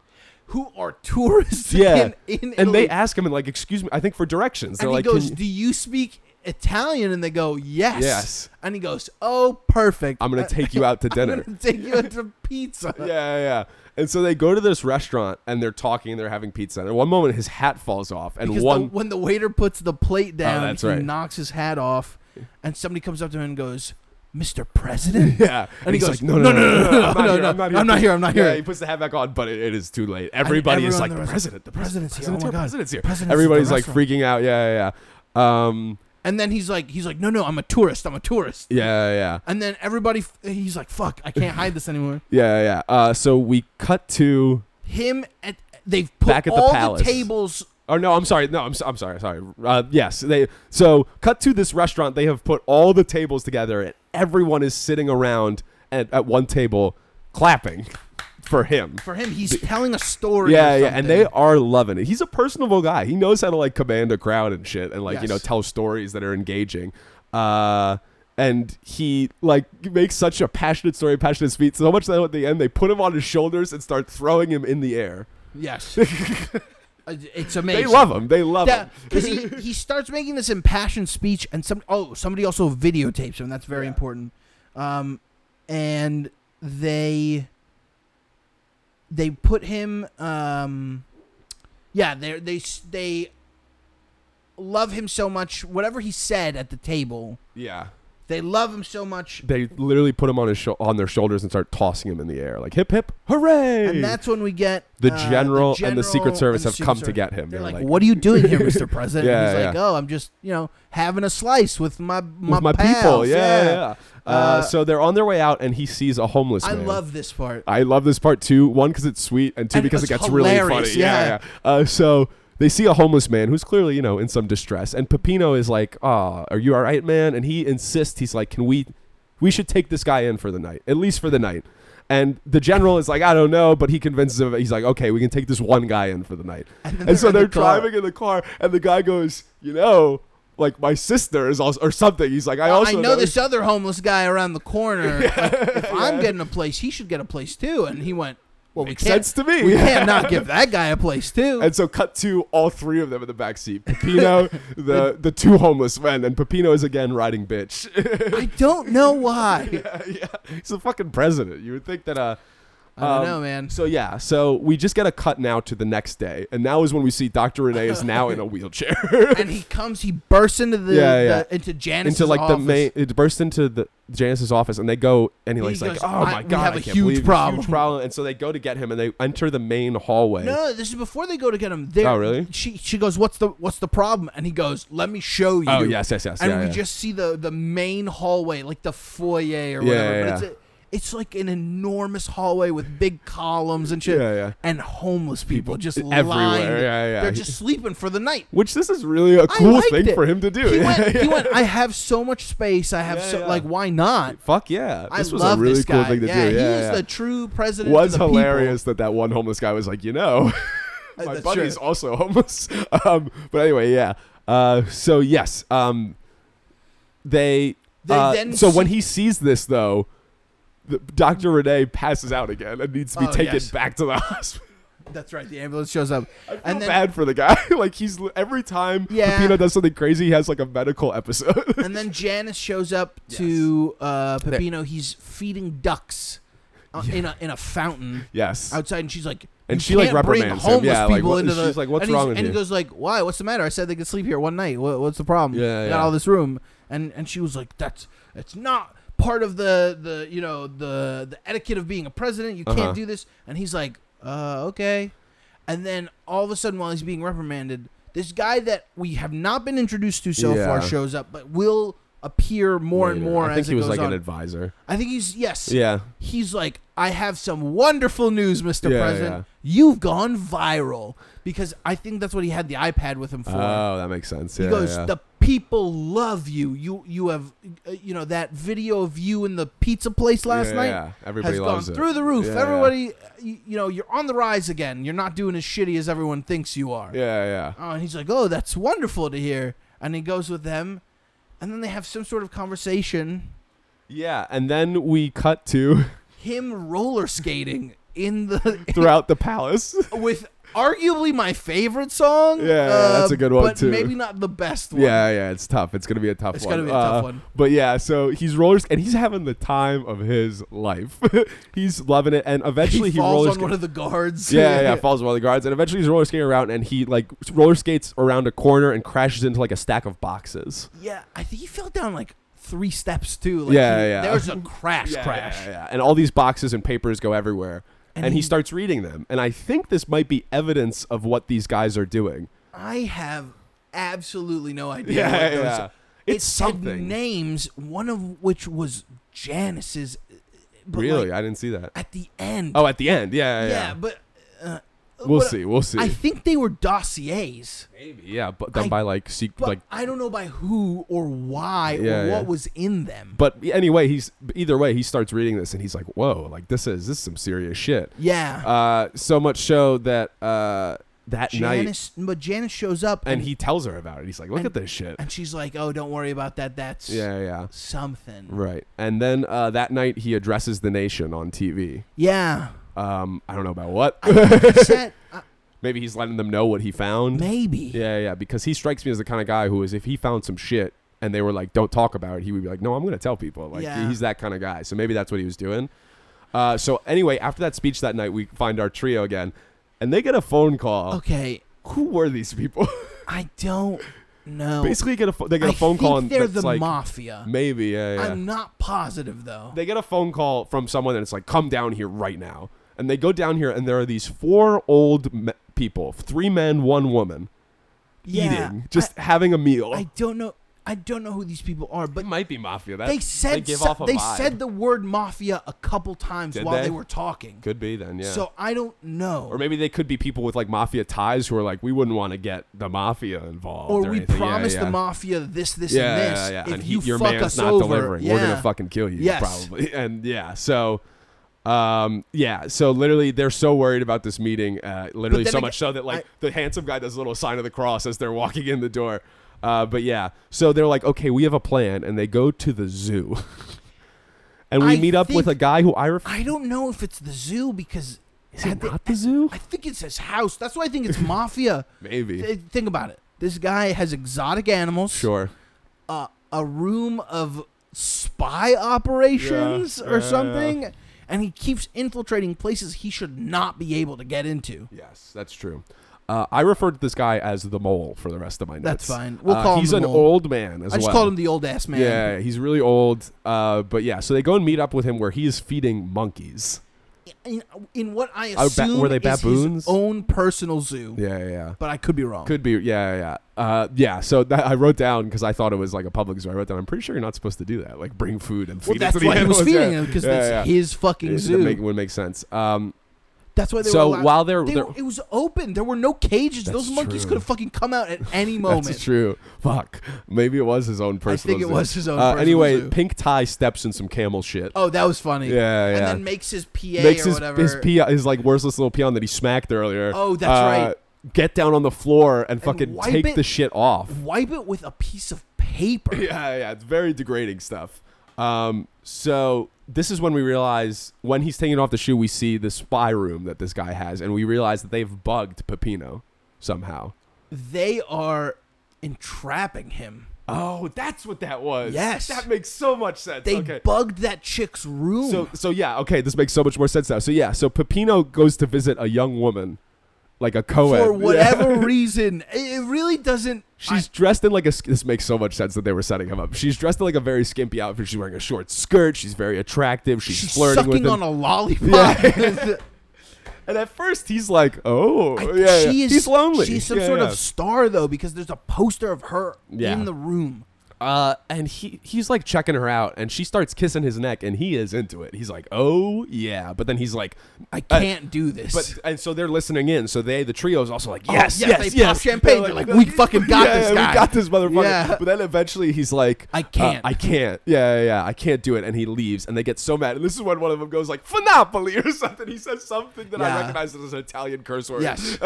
Who are tourists Yeah, in, in Italy? and they ask him and like, "Excuse me," I think for directions. They're and he like, goes, "Can you- "Do you speak Italian?" And they go, "Yes." Yes. And he goes, "Oh, perfect. "I'm gonna take you out to I'm dinner." gonna take you out to pizza." yeah, yeah, yeah. And so they go to this restaurant and they're talking and they're having pizza. And at one moment, his hat falls off, and Because one Oh, the, when the waiter puts the plate down, that's he right. knocks his hat off, and somebody comes up to him and goes, "Mr. President." Yeah, and, he he's goes, like, "No, no, no, no, no, no, no, I'm not here, I'm not Yeah, here. he puts the hat back on, but it, it is too late. Everybody is everyone like, there "The was like, president, the president, "President's here, oh president's my here, God, president's here." president's at the Everybody's like restaurant." freaking out. Yeah, yeah, yeah. Um, And then he's like, he's like, "No, no, I'm a tourist. I'm a tourist." yeah, yeah, And then everybody, f- he's like, "Fuck, I can't hide this anymore." yeah, yeah. yeah. Uh, so we cut to. Him at they've put Back at the all palace. tables. Oh no! I'm sorry. No, I'm, s- I'm sorry. Sorry. Uh, yes, they. So cut to this restaurant. They have put all the tables together, and everyone is sitting around at, at one table, clapping for him. For him, he's telling a story. Yeah, or yeah, and something. they are loving it. He's a personable guy. He knows how to like command a crowd and shit, and like you know Yes. tell stories that are engaging. Uh, and he like makes such a passionate story, passionate speech, so much that at the end they put him on his shoulders and start throwing him in the air. Yes. Uh, it's amazing. They love him. They love Yeah, him. because he, he starts making this impassioned speech, and some oh somebody also videotapes him. That's very important. Um, and they they put him. Um, yeah, they they s- they love him so much. Whatever he said at the table, Yeah. they love him so much. They literally put him on his sho- on their shoulders and start tossing him in the air, like hip hip, hooray! And that's when we get The uh, general and the Secret general Service and have the Secret come to Service. get him. They're, They're like, like- "What are you doing here, Mister President?" Yeah, and he's like, yeah. "Oh, I'm just, you know, having a slice with my my, with my people, pals." yeah, yeah. Uh, Uh, so they're on their way out, and he sees a homeless. I man. love this part. I love this part too. One because it's sweet, and two And because it it's gets really hilarious, funny. Yeah, yeah. yeah. Uh, so they see a homeless man who's clearly, you know, in some distress, and Pepino is like, "Ah, are you all right, man?" And he insists. He's like, "Can we? We should take this guy in for the night, at least for the night." And the general is like, "I don't know," but he convinces him. He's like, "Okay, we can take this one guy in for the night." And, then they're so in the they're car. driving in the car, and the guy goes, "You know." Like my sister is also, or something. He's like, I Well, I, also know this other homeless guy around the corner. Like, if I'm getting a place, he should get a place too. And he went, "Well, Makes we can't, sense to me." We can't not give that guy a place too." And so cut to all three of them in the backseat. Pepino, the the two homeless men, and Pepino is again riding bitch. I don't know why. yeah, he's the fucking president. You would think that uh I don't um, know, man. So yeah, so we just get a cut now to the next day, and now is when we see Doctor Renee is now in a wheelchair. And he comes, he bursts into the, Yeah, yeah. the into Janice's into like office. the main it bursts into the Janice's office and they go and he He like, goes, oh "I- my we god have I a can't huge believe it. problem." huge problem and so they go to get him and they enter the main hallway No, no, this is before they go to get him. There, Oh, really? She she goes, "What's the what's the problem?" And he goes, "Let me show you." Oh, yes, yes, yes, And yeah, we yeah. just see the the main hallway, like the foyer or whatever. yeah, but yeah. It's, a, it's like an enormous hallway with big columns and shit. Yeah, yeah. And homeless people just everywhere, lined. yeah, yeah. They're just sleeping for the night. which this is really a I cool liked thing it. for him to do He, Yeah, went, yeah. he went. I have so much space. I have Yeah, so yeah. like. Why not? Fuck yeah! This was I love a really this cool guy. thing to yeah, do. He yeah, is yeah. the true president. of was the people. hilarious that that one homeless guy was like, you know, Uh, my that's buddy's true. also homeless. Um, but anyway, yeah. Uh, so yes, um, they. They uh, then so when see- he sees this though, the, Doctor Renee passes out again and needs to be Oh, taken yes. back to the hospital. That's right. The ambulance shows up, I feel and then bad for the guy. like he's li- every time Yeah. Pepino does something crazy, he has like a medical episode. and then Janice shows up to uh, Peppino. He's feeding ducks uh, in a in a fountain yes. outside, and she's like. And "You she, like, can't bring reprimands him. homeless Yeah, like, people what- into the. she's like, "What's and he's- wrong with And he you?" goes like, "Why? What's the matter? I said they could sleep here one night. What, what's the problem? Yeah, I yeah. got all this room." And and she was like, "That's it's not part of the the you know the the etiquette of being a president. You can't Uh-huh. do this." And he's like, "Uh, okay." And then all of a sudden, while he's being reprimanded, this guy that we have not been introduced to so Yeah. far shows up, but will appear more and Later. more I think as he it was goes like on. an advisor. I think he's yes Yeah. he's like, I have some wonderful news, Mr. Yeah, President. yeah. You've gone viral. Because I think that's what he had the iPad with him for. Oh, that makes sense. he yeah, goes, yeah. The people love you. You you have, uh, you know, that video of you in the pizza place last Yeah, night yeah. Everybody has loves gone it. through the roof. Yeah, yeah. Everybody, uh, y- you know, you're on the rise again. You're not doing as shitty as everyone thinks you are. Yeah, yeah. Oh, and he's like, "Oh, that's wonderful to hear." And he goes with them, and then they have some sort of conversation. Yeah, and then we cut to Him roller skating in the throughout the palace. with arguably my favorite song. uh, Yeah, yeah, that's a good one, but too. Maybe not the best one. yeah, yeah, it's tough. It's gonna be a tough It's one. gonna be a tough Uh, one. But yeah, so he's rollers and he's having the time of his life. he's loving it, and he, eventually he, falls roller on one of the guards. yeah, yeah, falls on one of the guards, and eventually he's roller skating around, and he like roller skates around a corner and crashes into like a stack of boxes. Yeah, I think he fell down like three steps too. Like Yeah, he- yeah. There was a crash, crash. yeah, yeah. and all these boxes and papers go everywhere, And and, he, he- starts reading them, and I think this might be evidence of what these guys are doing. I have absolutely no idea. Yeah, what yeah, those- yeah. It It's said something. names, one of which was Janice's. But really, like, I didn't see that. at the end. Oh, at the end, yeah, yeah. yeah, yeah. but. Uh, We'll but see. We'll see. I think they were dossiers. Maybe, yeah, but done I- by like, sec- But like. I don't know by who or Yeah, why or yeah. what was in them. But anyway, he's either way. He starts reading this, and he's like, "Whoa! Like this is this is some serious shit." yeah. Uh, so much so that uh, that night, Janice, but Janice shows up and, and he tells her about it. He's like, "Look at this shit." and she's like, "Oh, don't worry about that. That's Yeah, yeah, something." right. And then uh, that night, he addresses the nation on TV. Yeah, Um, I don't know about what. Upset? Uh, Maybe he's letting them know what he found. maybe. Yeah, yeah, because he strikes me as the kind of guy who is if he found some shit and they were like, "Don't talk about it," he would be like, "No, I'm going to tell people." Like Yeah. he's that kind of guy. So maybe that's what he was doing. Uh, so anyway, after that speech that night, we find our trio again, and they get a phone call. Okay, Who were these people? I don't know. Basically, get a pho- they get Oh. I a phone think call and they're that's the like mafia. maybe yeah, yeah. I'm not positive though. They get a phone call from someone and it's like, "Come down here right now." And they go down here, and there are these four old me- people, three men, one woman, yeah, eating, just having a meal. I, I don't know. I don't know who these people are, but It might be mafia. That, they said they give so- off a they vibe. said the word mafia a couple times Did while they? they? were talking. could be then, yeah. So I don't know. or maybe they could be people with like mafia ties who are like, we wouldn't want to get the mafia involved. or Or, we anything. promise yeah, yeah. the mafia this, this, Yeah, and this. yeah, yeah. If and he- you your fuck man's us not over, delivering, yeah. we're gonna fucking kill you, Yes. probably. And yeah, so. Um. Yeah. So literally, they're so worried about this meeting. Uh, literally, then so aga- much so that like I- the handsome guy does a little sign of the cross as they're walking in the door. Uh. But yeah. So they're like, okay, we have a plan, and they go to the zoo. and we I meet up with a think- guy who I ref- I don't know if it's the zoo because Is it at the- not the zoo? I think it says house. That's why I think it's mafia. Maybe. Th- think about it. This guy has exotic animals. Sure. Uh, a room of spy operations Yeah, or yeah, yeah. something, and he keeps infiltrating places he should not be able to get into. Yes, that's true. Uh, I referred to this guy as the mole for the rest of my notes. Uh, That's fine. We'll call him He's the an mole. old man as I just well. called him the old ass man. Yeah, he's really old. Uh, but yeah, so they go and meet up with him where he is feeding monkeys. In, in what I Oh, ba- assume were they is his baboons? own personal zoo, Yeah, yeah, yeah. but I could be wrong. Could be. Yeah, yeah, yeah. Uh, yeah. So that I wrote down because I thought it was like a public zoo. I wrote down. I'm pretty sure you're not supposed to do that. Like bring food and feed Well, it that's to the why he was animals. feeding yeah. him because yeah, that's yeah. his fucking It- that zoo. make- would make sense. Um, that's why they so were. allowed- while they're, they they're were- it was open. There were no cages. That's Those monkeys true. could have fucking come out at any moment. That's true. Fuck. Maybe it was his own I personal. think it zoo. was his own. Uh, personal anyway, zoo. Pink Tie steps in some camel shit. oh, that was funny. Yeah, And yeah. then makes his PA Makes or his whatever. his, pea- his like worthless little peon that he smacked earlier. Oh, that's uh, Get down on the floor and, fucking wipe take it. the shit off. Wipe it with a piece of paper. Yeah, yeah, it's very degrading stuff. Um, so this is when we realize when he's taking off the shoe, we see the spy room that this guy has, and we realize that they've bugged Peppino somehow. They are entrapping him. Oh, that's what that was. Yes. that makes so much sense. They okay. bugged that chick's room. So so yeah, okay, this makes so much more sense now. So yeah, so Peppino goes to visit a young woman, like a co-ed. for whatever Yeah. reason, it it really doesn't. She's dressed in like a. sk- This makes so much sense that they were setting him up. She's dressed in like a very skimpy outfit. She's wearing a short skirt. She's very attractive. She's, she's flirting sucking with him. on a lollipop. and at first, he's like, "Oh, I- yeah, she yeah. is, he's lonely." She's some Yeah, sort yeah. of star though, because there's a poster of her Yeah. in the room. Uh, and he he's like checking her out, and she starts kissing his neck, and he is into it. He's like, "Oh yeah," but then he's like, I Uh, can't do this. But and so they're listening in. So they, the trio, is also like, Oh, yes, yeah, yes, they pop yes. champagne. They're like, we fucking got yeah, this yeah, guy. We got this motherfucker. Yeah. But then eventually he's like, I uh, can't. I can't. Yeah, yeah, yeah, I can't do it. And he leaves. And they get so mad. And this is when one of them goes like, Finopoli or something. He says something that Yeah. I recognize as an Italian curse word. yes,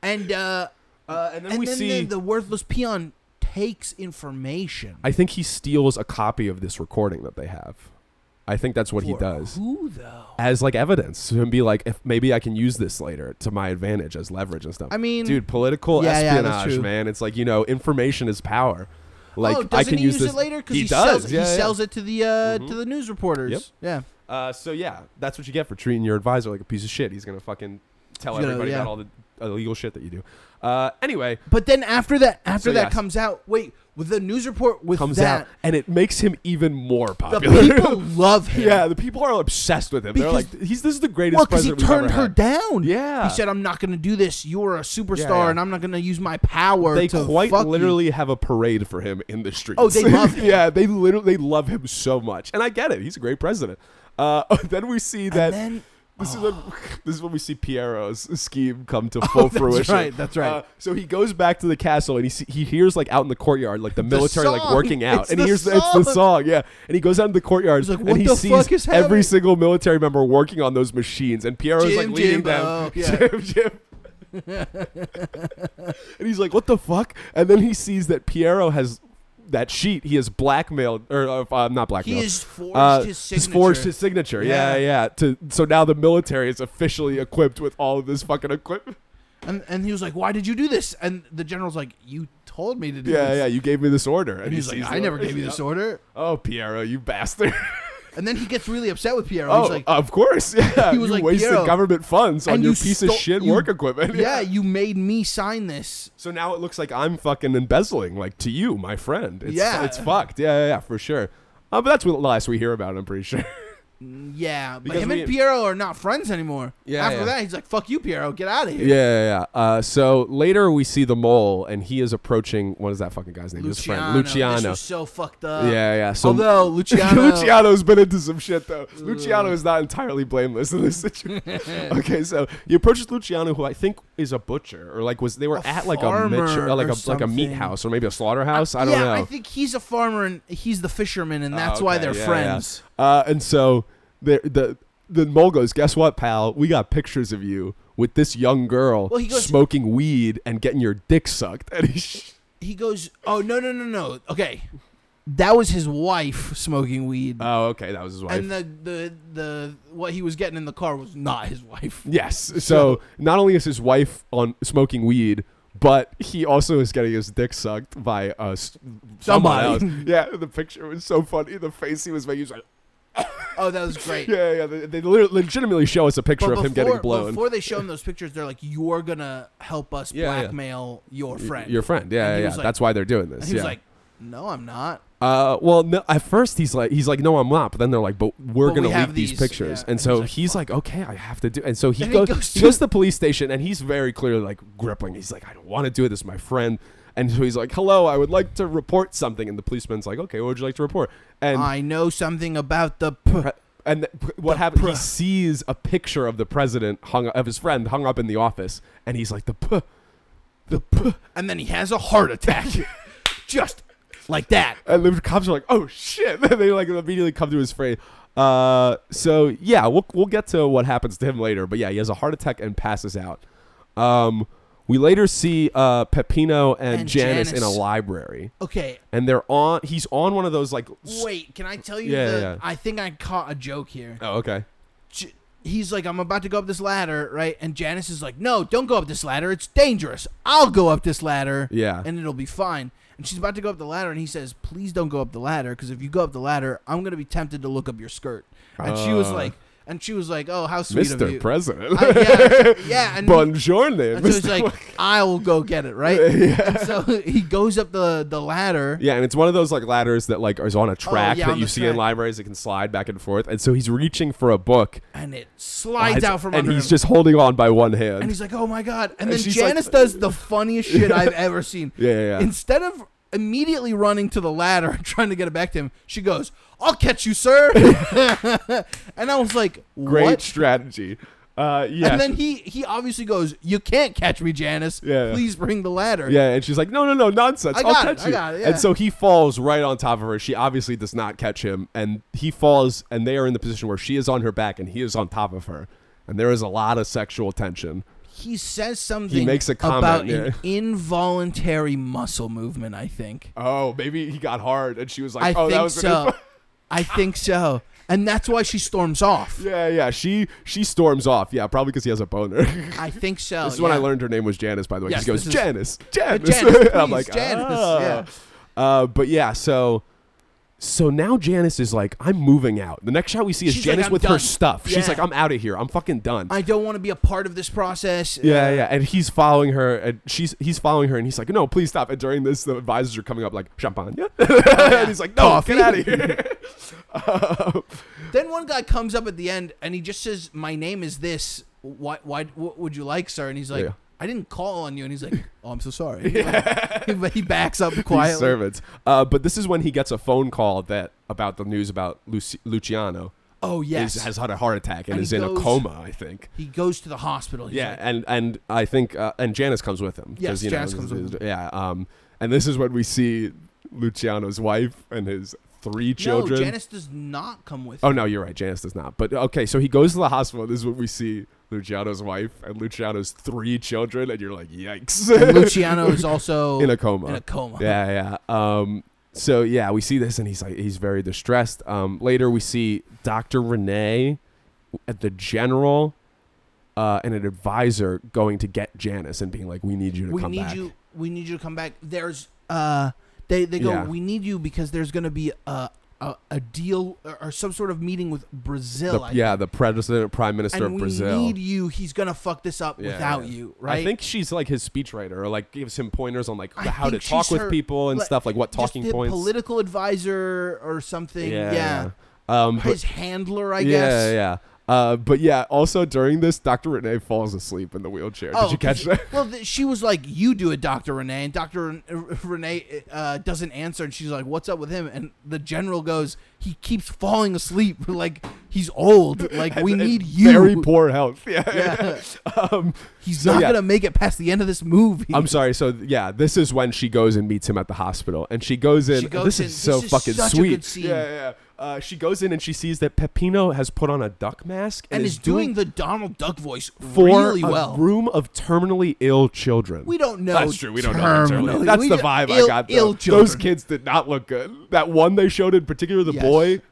and uh, Uh, and then and we then see. the, the worthless peon takes information. I think he steals a copy of this recording that they have. I think that's what he For does. Who though? as like evidence and be like, if maybe I can use this later to my advantage as leverage and stuff. I mean- dude, political Yeah, yeah, that's espionage, true. man. It's like you know, information is power. Like oh, doesn't I can he use use, this it later because he, he, does. sells yeah, it. yeah. Mm-hmm. he sells it to the uh, to the news reporters. Yep. Yeah, Uh, so yeah, that's what you get for treating your advisor like a piece of shit. He's gonna fucking tell He's gonna- everybody yeah. about all the illegal shit that you do. Uh, anyway, but then after that, after So, that yes. comes out. Wait, with the news report with comes that, out and it makes him even more the popular. people love him. yeah, the people are obsessed with him. They're Because- like, he's this is the greatest Well, because he president we've ever turned her had. down. Yeah. He said, I'm not going to do this. You're a superstar, yeah. and I'm not going to use my power they to quite fuck you." literally have a parade for him in the streets. Oh, they love him. yeah, they literally they love him so much, and I get it. He's a great president. Uh, then we see that. then- this is when, this is when we see Piero's scheme come to full Oh. that's fruition. right, that's right. Uh, so he goes back to the castle and he see, he hears like out in the courtyard like the military like song. working out It's and he the hears the, it's the song. song yeah and he goes out in the courtyard He's like, and "What he the sees fuck is every happening?" single military member working on those machines and Piero's like Jim, leading Jim, them oh, yeah. Jim, Jim. And he's like, "What the fuck?" And then he sees that Piero has that sheet. He has blackmailed, or uh, uh, not blackmailed. has forged his Uh, he's forged signature. his signature. Yeah, yeah. To so now the military is officially equipped with all of this fucking equipment. And, and he was like, Why did you do this? And the general's like, You told me to do Yeah, this. yeah. You gave me this order, and, And he he's like, sees I the- never gave you this Yeah. order. Oh, Piero, you bastard! And then he gets really upset with Piero. oh, he's like, of course. Yeah, He was you like, wasted "Piero, government funds on and your you piece of stole- shit you- work equipment. yeah, you made me sign this. So now it looks like I'm fucking embezzling, like to you, my friend. It's, Yeah. it's fucked. Yeah, yeah, yeah, for sure. Uh, but that's what last we hear about. I'm pretty sure. Yeah, but Because him we- and Piero are not friends anymore. Yeah, After yeah. that, he's like, Fuck you, Piero. Get out of here. Yeah, yeah, yeah. Uh, so later we see the mole, and he is approaching. What is that fucking guy's name? His friend, Luciano. This Luciano. was so fucked up. Yeah, yeah. So Um, Although Luciano, Luciano's been into some shit though. Luciano is not entirely blameless in this situation. okay, so he approaches Luciano, who I think is a butcher, or like was they were A at like a farmer mit- or like or a like a meat something. Uh, house or maybe a slaughterhouse. I don't yeah, know. I think he's a farmer and he's the fisherman, and Oh, that's why okay, they're yeah, friends. yeah. Uh, and so the the the mole goes, guess what, pal? We got pictures of you with this young girl Well, he goes- smoking weed and getting your dick sucked. And he sh- He goes, "Oh no, no, no, no. Okay, that was his wife smoking weed, oh, okay, that was his wife. and the the the what he was getting in the car was not his wife. yes, so, not only is his wife on smoking weed. But he also is getting his dick sucked by uh, s- someone Somebody. else. Yeah, the picture was so funny. The face he was making, he was like, Oh, that was great. yeah, yeah. yeah. They, they lit- legitimately show us a But picture of him getting before- blown. Before they show him those pictures, they're like, "You're gonna help us Yeah, yeah. blackmail your friend." Your friend, And yeah, he yeah. was like- That's why they're doing this. and he was yeah. like, "No, I'm not." Uh, well, no, at first he's like, he's like, no, I'm not. But then they're like, but we're But we gonna leak have these, these, pictures, yeah. and, And so he's like, he's like, okay, I have to do. And so he Then he goes, he goes, goes to, to- the police station, and he's very clearly like gripping. He's like, I don't want to do it. This is my friend. And so he's like, hello, I would like to report something. And the policeman's like, okay, what would you like to report? And I know something about the. Pr- and th- what happened? He sees a picture of the president hung of his friend hung up in the office, and he's like, the p, the p. and then he has a heart attack, just like that. And the cops are like, "Oh shit!" they like immediately come to his frame. Uh, so yeah, we'll we'll get to what happens to him later. But yeah, he has a heart attack and passes out. Um, We later see uh, Peppino and, And Janice, in a Janice. library, Okay, and they're on. He's on one of those like. s- wait. Can I tell you? Yeah, the, yeah. I think I caught a joke here. Oh, okay. J- he's like, I'm about to go up this ladder, right? And Janice is like, No, don't go up this ladder. It's dangerous. I'll go up this ladder. Yeah. And it'll be fine. And she's about to go up the ladder, and he says, Please don't go up the ladder, because if you go up the ladder, I'm going to be tempted to look up your skirt. And she was Uh. like, And she was like, Oh, how sweet of Mr. you. President. I- yeah, yeah, and- Buongiorno, and so he's Mr. like, I will go get it, right? And so he goes up the, the ladder. Yeah, and it's one of those like ladders that like is on a track Oh, yeah, that on you the see in track. libraries. It can slide back and forth, and so he's reaching for a book. And it slides out from and under he's him. just holding on by one hand. and he's like, "Oh my god!" And, then she's like- Janice does the funniest shit I've ever seen. Yeah, yeah, yeah. Instead of immediately running to the ladder and trying to get it back to him, she goes, "I'll catch you, sir." and I was like, "What?" Great strategy. Uh, yeah. And then he he obviously goes, "You can't catch me, Janice. Yeah, yeah. Please bring the ladder." yeah, and she's like, no, no, no, nonsense. I will got it, catch I you. got it, yeah. And so he falls right on top of her. She obviously does not catch him, and he falls, and they are in the position where she is on her back and he is on top of her, and there is a lot of sexual tension. He says something. makes a comment, about yeah. an involuntary muscle movement. I think. Oh, maybe he got hard, and she was like, I oh, that think was so. I think so. And that's why she storms off. Yeah, yeah. She she storms off. Yeah, probably because he has a boner. this I think so. is when I Oh, yeah. learned her name was Janice, by the way. 'cause Yes, she goes, this is- Janice, Janice. Janice, and I'm please, like, Janice, "Ah." yeah. Uh, but yeah, so so now Janice is like, I'm moving out. The next shot we see is She's like, Janice "I'm with her done." stuff. She's Yeah. like, I'm out of here. I'm fucking done. I don't want to be a part of this process. yeah, yeah, and he's following her, and she's he's following her, and he's like, "No, please stop!" And during this, the advisors are coming up like champagne, and he's like, "No, Oh, Coffee. get out of here." Um, Then one guy comes up at the end and he just says, "My name is this. Why? Why? What would you like, sir?" And he's like, Yeah. "I didn't call on you." And he's like, "Oh, I'm so sorry." he, he backs up These quietly. servants. Uh, but this is when he gets a phone call that about the news about Luci- Luciano. Oh yes. is, has had a heart attack and, And he is in a goes- coma, I think. he goes to the hospital. He's Yeah, like, and and I think uh, and Janice comes with him. 'cause, Yes, Janice comes with him. Yeah, um, and this is when we see Luciano's wife and his three children. No, Janice does not come with. oh no, you're right. Janice does not. But okay, so he goes to the hospital. This is what we see Luciano's wife and Luciano's three children, and you're like, him. yikes, Luciano is also in a coma. In a coma. Yeah, yeah. Um, so yeah, we see this, and he's like, he's very distressed. Um, later, we see Doctor Renee at the general, uh, and an advisor going to get Janice and being like, "We need you to we come need back." you we need you to come back there's uh they they go Yeah. we need you because there's gonna be a a, a deal or, or some sort of meeting with brazil The- I yeah, the president, prime think. minister and of we Brazil. need you he's gonna fuck this up Yeah, without yeah. you right I think she's like his speechwriter, or like gives him pointers on like I how to think talk she's with her- people and like, stuff, like what Just talking the points. political advisor or something yeah, Um, but- his handler i yeah, guess yeah. Uh, but yeah, also during this, Doctor Renee falls asleep in the wheelchair. Oh, Did you catch 'cause- that? Well, th- she was like, "You do it, Doctor Renee," and Doctor Renee uh, doesn't answer, and she's like, "What's up with him?" And the general goes, "He keeps falling asleep. Like he's old. Like we and need you. Very poor health. Yeah. Yeah. Um, He's So, not yeah. gonna make it past the end of this movie." I'm sorry. So yeah, this is when she goes and meets him at the hospital, and she goes in. She goes this in. is so This is fucking such a sweet. good scene. Yeah, yeah. yeah. Uh, she goes in and she sees that Peppino has put on a duck mask and, and is doing the Donald Duck voice for really a well. room of terminally ill children. we don't know. That's true. We don't know. Terminally. terminally. That's We the ju- vibe I ill- got. Though. Ill Those children. kids did not look good. That one they showed in particular, the Yes. boy.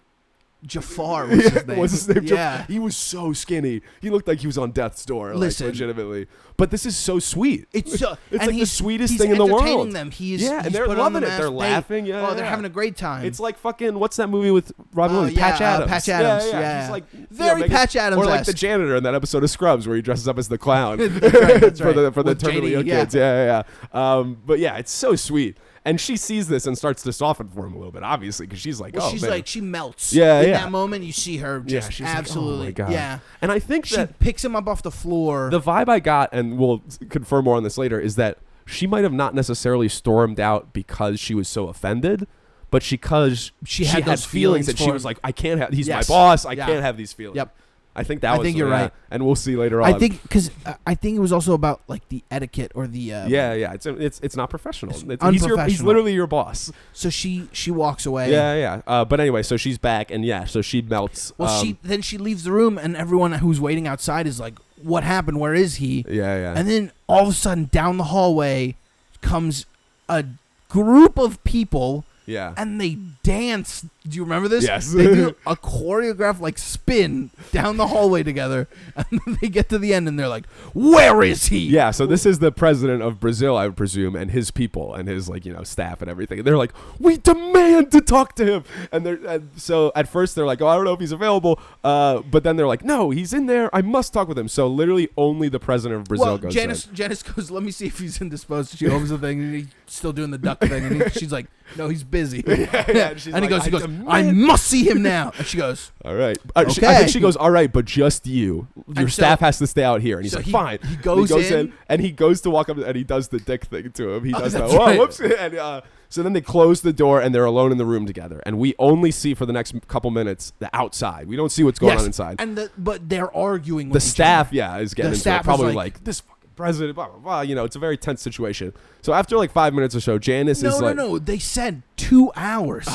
Jafar was his name. What's his name? Jeff- Yeah. He was so skinny. He looked like he was on death's door. Listen. like, legitimately. But this is so sweet. It's so, It's and like the he's- sweetest he's thing in the entertaining world. Them. He is, Yeah, and he's they're put on the loving it. They're mask. They- laughing. Yeah, oh, they're yeah. having a great time. It's like fucking what's that movie with Robin Oh, Williams? yeah, Patch uh, Adams. Patch Adams, yeah. He's like you Very make it- Patch Or like the Adams-esque. janitor in that episode of Scrubs where he dresses up as the clown That's right, that's for the right. for the With terminally JD, ill yeah. kids. Yeah, yeah, yeah. Um, but yeah, it's so sweet. And she sees this and starts to soften for him a little bit, obviously, because she's like, Well, oh, she's man. like she melts. Yeah, in yeah. that moment, you see her yeah, just she's like, absolutely. oh my God. Yeah, And I think she that picks him up off the floor. the vibe I got, and we'll confirm more on this later, is that she might have not necessarily stormed out because she was so offended, but she because She had those feelings that for she him. was like, I can't have. He's Yes. my boss. I Yeah. can't have these feelings. Yep. I think that. I was think you're yeah. right. and we'll see later on. I think because I think it was also about like the etiquette or the uh, Yeah, yeah. It's it's it's not professional. It's It's- he's, your, he's unprofessional. literally your boss. So she she walks away. Yeah, yeah. Uh, but anyway, so she's back, and yeah, so she melts. Well, um, she then she leaves the room, and everyone who's waiting outside is like, what happened? Where is he? Yeah, yeah. And then all of a sudden, down the hallway comes a group of people yeah. and they dance. Do you remember this? Yes. They do a choreographed like spin down the hallway together, and then they get to the end and they're like, "Where is he?" yeah, so this is the president of Brazil, I would presume, and his people and his like you know staff and everything. And they're like, we demand to talk to him. And they're and so at first they're like, oh, I don't know if he's available. Uh, but then they're like, no, he's in there. I must talk with him. So literally, only the president of Brazil Well, goes. Janice, Janice goes, "Let me see if he's indisposed." She opens the thing and he's still doing the duck thing, and he, she's like, "No, he's busy." yeah, and she's and like, he goes, "I "He goes, I demand-" must see him now." And she in. goes, All right. Uh, she- I Okay. think she goes, all right, but just you. Your And so- staff has to stay out here. And he's so like, he- fine. he And goes in. Oh, and he goes to walk up and he does the dick thing to him. He does that. that's Whoa, right. whoops. And, uh, so then they close the door and they're alone in the room together. And we only see for the next couple minutes the outside. We don't see what's going yes. on inside. And the, but they're arguing. the With each staff, yeah, is getting The into staff it. is Probably like- like, this fucking president, blah, blah, blah. You know, it's a very tense situation. So after like five minutes or so, Janice other. No, is no, like, Oh. no. They said two hours.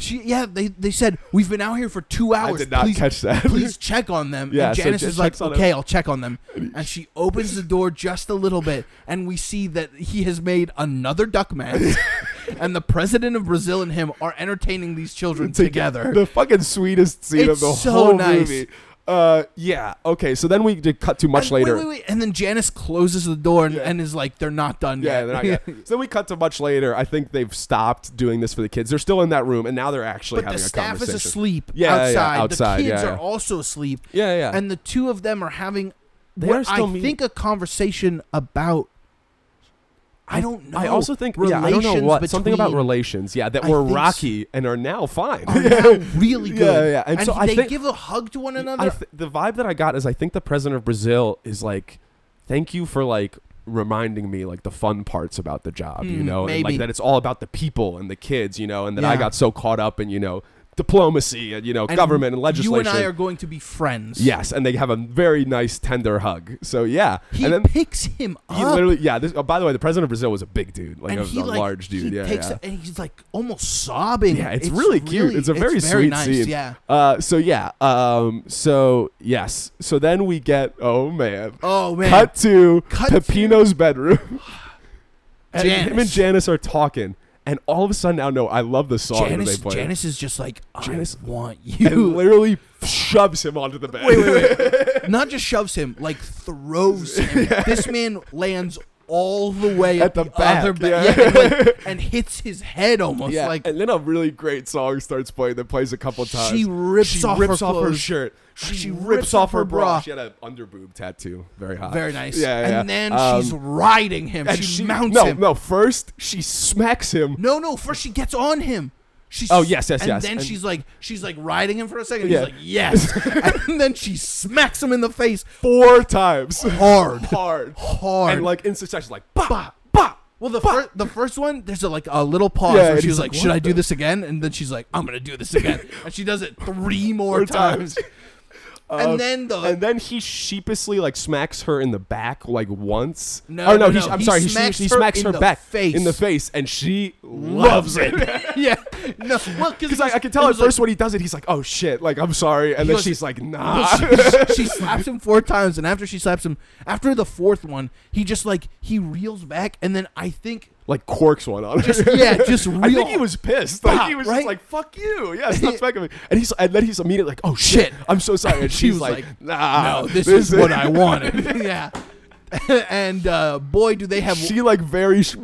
She, yeah, they, they said we've been out here for two hours. did not please, catch that." please check on them. Yeah, and so Janice Jan- is like, checks on okay, I'll check on them. And she opens the door just a little bit, and we see that he has made another duck mask, and the president of Brazil and him are entertaining these children together. The fucking sweetest scene of It's the so whole nice. movie. Uh, yeah. Okay. So then we did cut to much And- wait, later. wait, wait, and then Janice closes the door and, Yeah. and is like, they're not done Yeah, yet. they're not yet. so then we cut to much later. I think they've stopped doing this for the kids. They're still in that room, and now they're actually but the having a staff is conversation. asleep Yeah, yeah, outside. yeah, outside, The kids yeah, yeah. are also asleep. Yeah, yeah. and the two of them are having They what are still I meet- think a conversation about. I don't know. I also think yeah, I don't know relations what something about between relations. Yeah, that I were think Oh, so. rocky and are now fine. are now really Yeah, good. yeah, and so I they think- give a hug to one another. I th- the vibe that I got is I think the president of Brazil is like, thank you for like reminding me like the fun parts about the job, you Hmm, know, and like maybe. that it's all about the people and the kids, you know, and that I Yeah. got so caught up in you know diplomacy and you know And government and legislation. You and I are going to be friends. yes, and they have a very nice tender hug. So yeah, He and then picks him he up. literally yeah. This, oh, by the way, the president of Brazil was a big dude, like and a, he a like large dude. he yeah, takes yeah. it and he's like almost sobbing. Yeah, it's, really cute. really- it's a very, sweet nice. scene. Yeah. Uh, so yeah. Um, so yes. So then we get. Oh man. Oh man. Cut to Cut Pepino's bedroom. and him Janice. and Janice are talking, and all of a sudden, now no, I love the song that Janice, Oh, they play. Janice is just like I Janice- want and you. literally shoves him onto the bed. wait, wait, wait. Not just shoves him, like throws him. This man lands all the way At at, the the, back, other ba- yeah. yeah, and, like- and hits his head almost. yeah, like and then a really great song starts playing that plays a couple times. she rips She off rips her off her clothes. shirt. She, She rips, rips off off her her bra. bra. She had an underboob tattoo. Very hot. Very nice. Yeah, yeah. And then Um, she's riding him. and She, mounts no, him. No, first she smacks him. No, no. First she gets on him. She's, Oh, yes, yes, and yes. And then And- she's like, she's like riding him for a second. Yeah. He's like, yes. and then she smacks him in the face four times. hard, Hard. hard. And like in succession, like bah, bah, Bah. bah. Well, the bah. first the first one, there's a, like a little pause Yeah, and where she he's was like, like, "Should "What I do the-" this again?" And then she's like, "I'm gonna do this again," and she does it three more Four times. times. Uh, and then the And then he sheepishly like smacks her in the back like once. No, Or no, no, he, no. I'm He sorry. He, smacks she, he her smacks in her the back face. in the face, and she loves it. yeah, no, well, Because I, I can tell at first when he does it, he's like, "Oh shit!" Like I'm sorry, and then goes- she's like, "Nah." she, she slaps him four times, and after she slaps him, after the fourth one, he just like he reels back, and then I think like corks one on her. just yeah, just real. I think he was pissed. Like Bah, he was just right? like, "Fuck you!" Yeah, stop smacking me. And he's and then he's immediately like, "Oh shit, Shit. I'm so sorry." And She she's was like, like, "Nah, no, "Oh, this, is, what I wanted. yeah, and uh, boy, do they have She like very sh-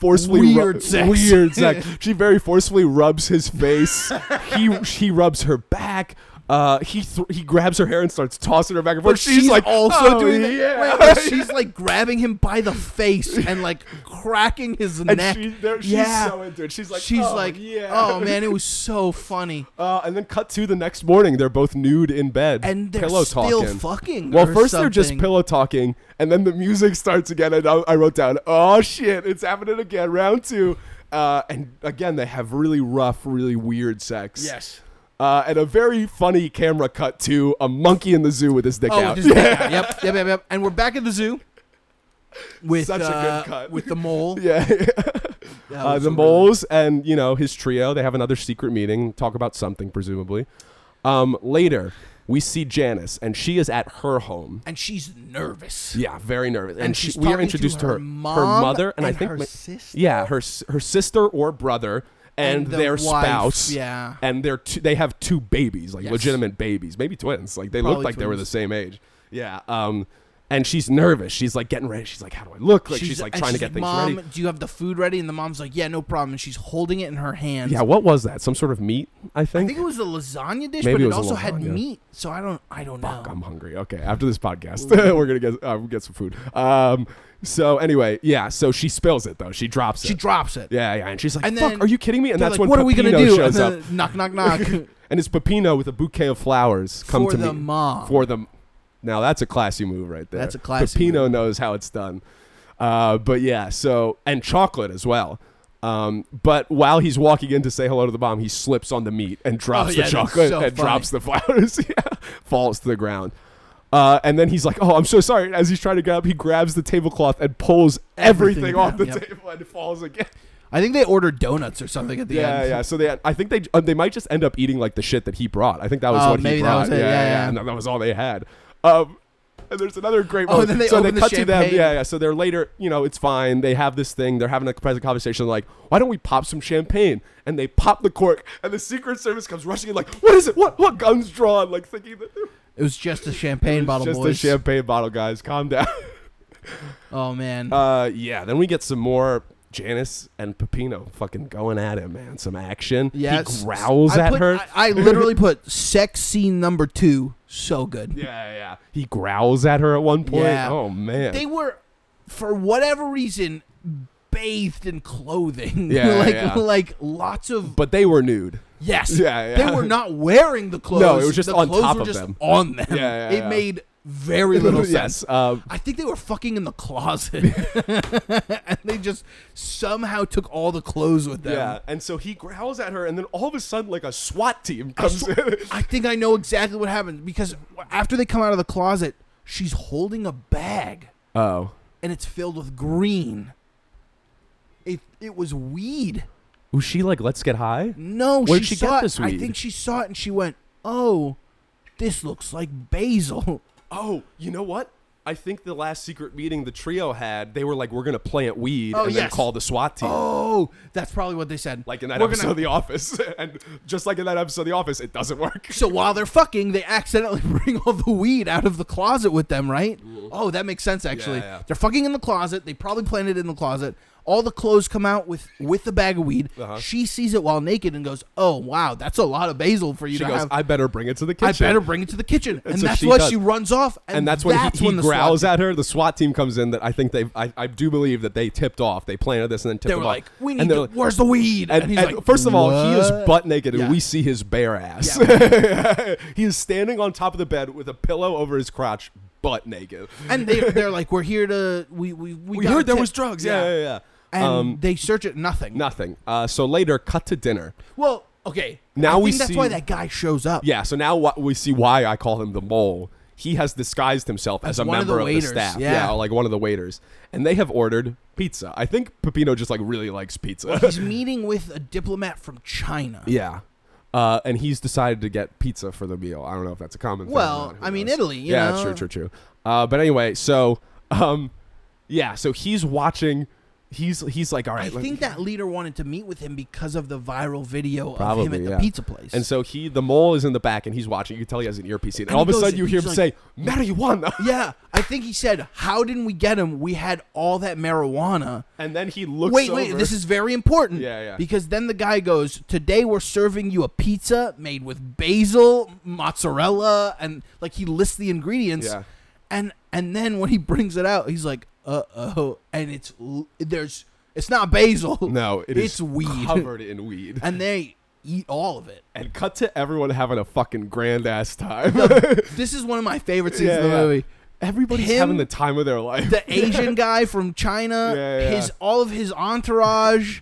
forcefully Weird sex. Weird sex. she very forcefully rubs his face. he he rubs her back. Uh, he th- he grabs her hair and starts tossing her back and forth. But she's, like also "Oh, doing that. yeah." Wait, but she's like grabbing him by the face and like cracking his and neck. she, there, she's yeah. so into it. She's like, She's "Oh, like, yeah. oh man, it was so funny. Uh, and then cut to the next morning. They're both nude in bed. And they're pillow still talking. fucking. Well, or first they're just something. pillow talking, and then the music starts again. And I, I wrote down, "Oh shit, it's happening again, round two. Uh, and again, they have really rough, really weird sex. Yes. Uh, and a very funny camera cut to a monkey in the zoo with his dick Oh, out. just, yep, yep, yep, yep. And we're back at the zoo. With Such a good uh, cut. with the mole. yeah. That Uh, was the a really- moles and you know his trio. They have another secret meeting, talk about something presumably. Um, later, we see Janice, and she is at her home. and she's nervous. Yeah, very nervous. And, And she, she's we are talking to introduced to her, her mom mother, and, I and think her ma- sister? Yeah, her s- her sister or brother, and, the their wife, spouse. yeah. and they're two, they have two babies, like Yes. legitimate babies, maybe twins. Like they looked Probably like they were the twins. same age. Yeah. Um, and she's nervous. She's like getting ready. She's like, "How do I look?" Like she's, like and trying she's to get like, things Mom, ready. do you have the food ready? And the mom's like, yeah, no problem. And she's holding it in her hand. Yeah. What was that? Some sort of meat? I I think. think it was a lasagna dish, Maybe but it it, was a also had lasagna. meat. So I don't, I don't know. I'm hungry. Okay, after this podcast, we're gonna get uh, get some food. Um, so anyway, yeah. So she spills it though. She drops it. She drops it. yeah, yeah. And she's like, And "Fuck, then are you kidding me?" And They're that's like, when what are we gonna Pepino do? shows and up, then knock, knock, knock. and it's Pepino with a bouquet of flowers come for to the me mom. for them. Now that's a classy move right there. That's a classy Pepino move. knows how it's done. Uh, but yeah, so and chocolate as well. Um, but while he's walking in to say hello to the bomb, he slips on the meat and drops Oh, yeah, the that's chocolate so and funny. drops the flowers. yeah, falls to the ground. Uh, and then he's like, "Oh, I'm so sorry." As he's trying to get up, he grabs the tablecloth and pulls everything, Everything off the down, yep. table, and it falls again. I think they ordered donuts or something at the Yeah, end. yeah. So they, I think they, uh, they might just end up eating like the shit that he brought. I think that was Oh, what he maybe that brought. was it. Yeah, yeah. And that that was all they had. Um, and there's another great Oh, one. and then they so open they the cut to them. champagne. Yeah, yeah. So they're later. You know, it's fine. They have this thing. They're having a present conversation. Like, why don't we pop some champagne? And they pop the cork, and the Secret Service comes rushing in. Like, what is it? What? What guns drawn? Like thinking that they're It was just a champagne bottle, just boys. a champagne bottle, guys. Calm down. oh man. Uh, yeah. Then we get some more. Janice and Pepino fucking going at him, man. Some action. yeah, He growls I at put- her. I, I literally put sex scene number two. So good. Yeah, yeah. He growls at her at one point. Yeah. Oh man. They were, for whatever reason, bathed in clothing. Yeah, like yeah. like lots of but they were nude. yes. Yeah, yeah. They were not wearing the clothes. No, it was just the on clothes top were of just them. On them. Yeah, yeah, It yeah. made very little sense. yes. Um, I think they were fucking in the closet, and they just somehow took all the clothes with them. yeah. And so he growls at her, and then all of a sudden, like a SWAT team comes sw- in. I think I know exactly what happened because after they come out of the closet, she's holding a bag Oh. and it's filled with green. It it was weed. Was she like, let's get high? No, Where'd she get saw this it. weed? I think she saw it and she went, "Oh, this looks like basil." Oh, you know what? I think the last secret meeting the trio had, they were like, we're gonna plant weed Oh, and then yes. call the SWAT team. Oh, that's probably what they said. Like in that We're episode gonna- of The Office. and just like in that episode of The Office, it doesn't work. so while they're fucking, they accidentally bring all the weed out of the closet with them, right? Oh, that makes sense actually. Mm-hmm. Yeah, yeah. They're fucking in the closet. They probably planted it in the closet. All the clothes come out with with the bag of weed. Uh-huh. She sees it while naked and goes, "Oh wow, that's a lot of basil for you She to goes, have." I better bring it to the kitchen. I better bring it to the kitchen. And so that's she why does. she runs off. And, and that's when he, he the growls SWAT at her. The SWAT team comes in. That I think they, I, I do believe that they tipped off. They planted this and then tipped They them were off. like, we and need they're to, like- where's the weed? and, and first of all, he is "What?" butt naked, and Yeah. we see his bare ass. he is standing on top of the bed with a pillow over his crotch, butt naked. And they, they're like, we're here to, we, we, we, We got a heard there tip." was drugs. Yeah, yeah, yeah. And um, they search it, nothing. nothing. Uh, so later, cut to dinner. Well, okay. Now I we think that's see- why that guy shows up. Yeah. So now what we see why I call him the mole. He has disguised himself as, As a one of the member of the, waiters, staff. yeah. like one of the waiters, and they have ordered pizza. I think Pepino just like really likes pizza. He's meeting with a diplomat from China. Yeah. Uh, and he's decided to get pizza for the meal. I don't know if that's a common thing. or Well, not, who I mean, knows. Italy, you yeah, know. true, true, true. Uh, but anyway, so um, yeah, so he's watching. He's he's like, all right. I let- think that leader wanted to meet with him because of the viral video of him probably at the yeah. pizza place. And so he, the mole, is in the back, and he's watching. You can tell he has an earpiece in, and, And all of he a goes- sudden you hear him he's say like- marijuana, yeah, I think he said, "How didn't we get him? We had all that marijuana." and then he looks. wait, wait, over. this is very important. Yeah, yeah. Because then the guy goes, Today we're serving you a pizza made with basil, mozzarella, and like he lists the ingredients. Yeah. And and then when he brings it out, he's like, uh oh. And it's l- there's it's not basil. no, it it's is weed. covered in weed. and they eat all of it. And cut to everyone having a fucking grand ass time. This is one of my favorite scenes Yeah, in the yeah. movie. Everybody's Him- having the time of their life. the Asian guy from China, Yeah, yeah, his yeah. all of his entourage,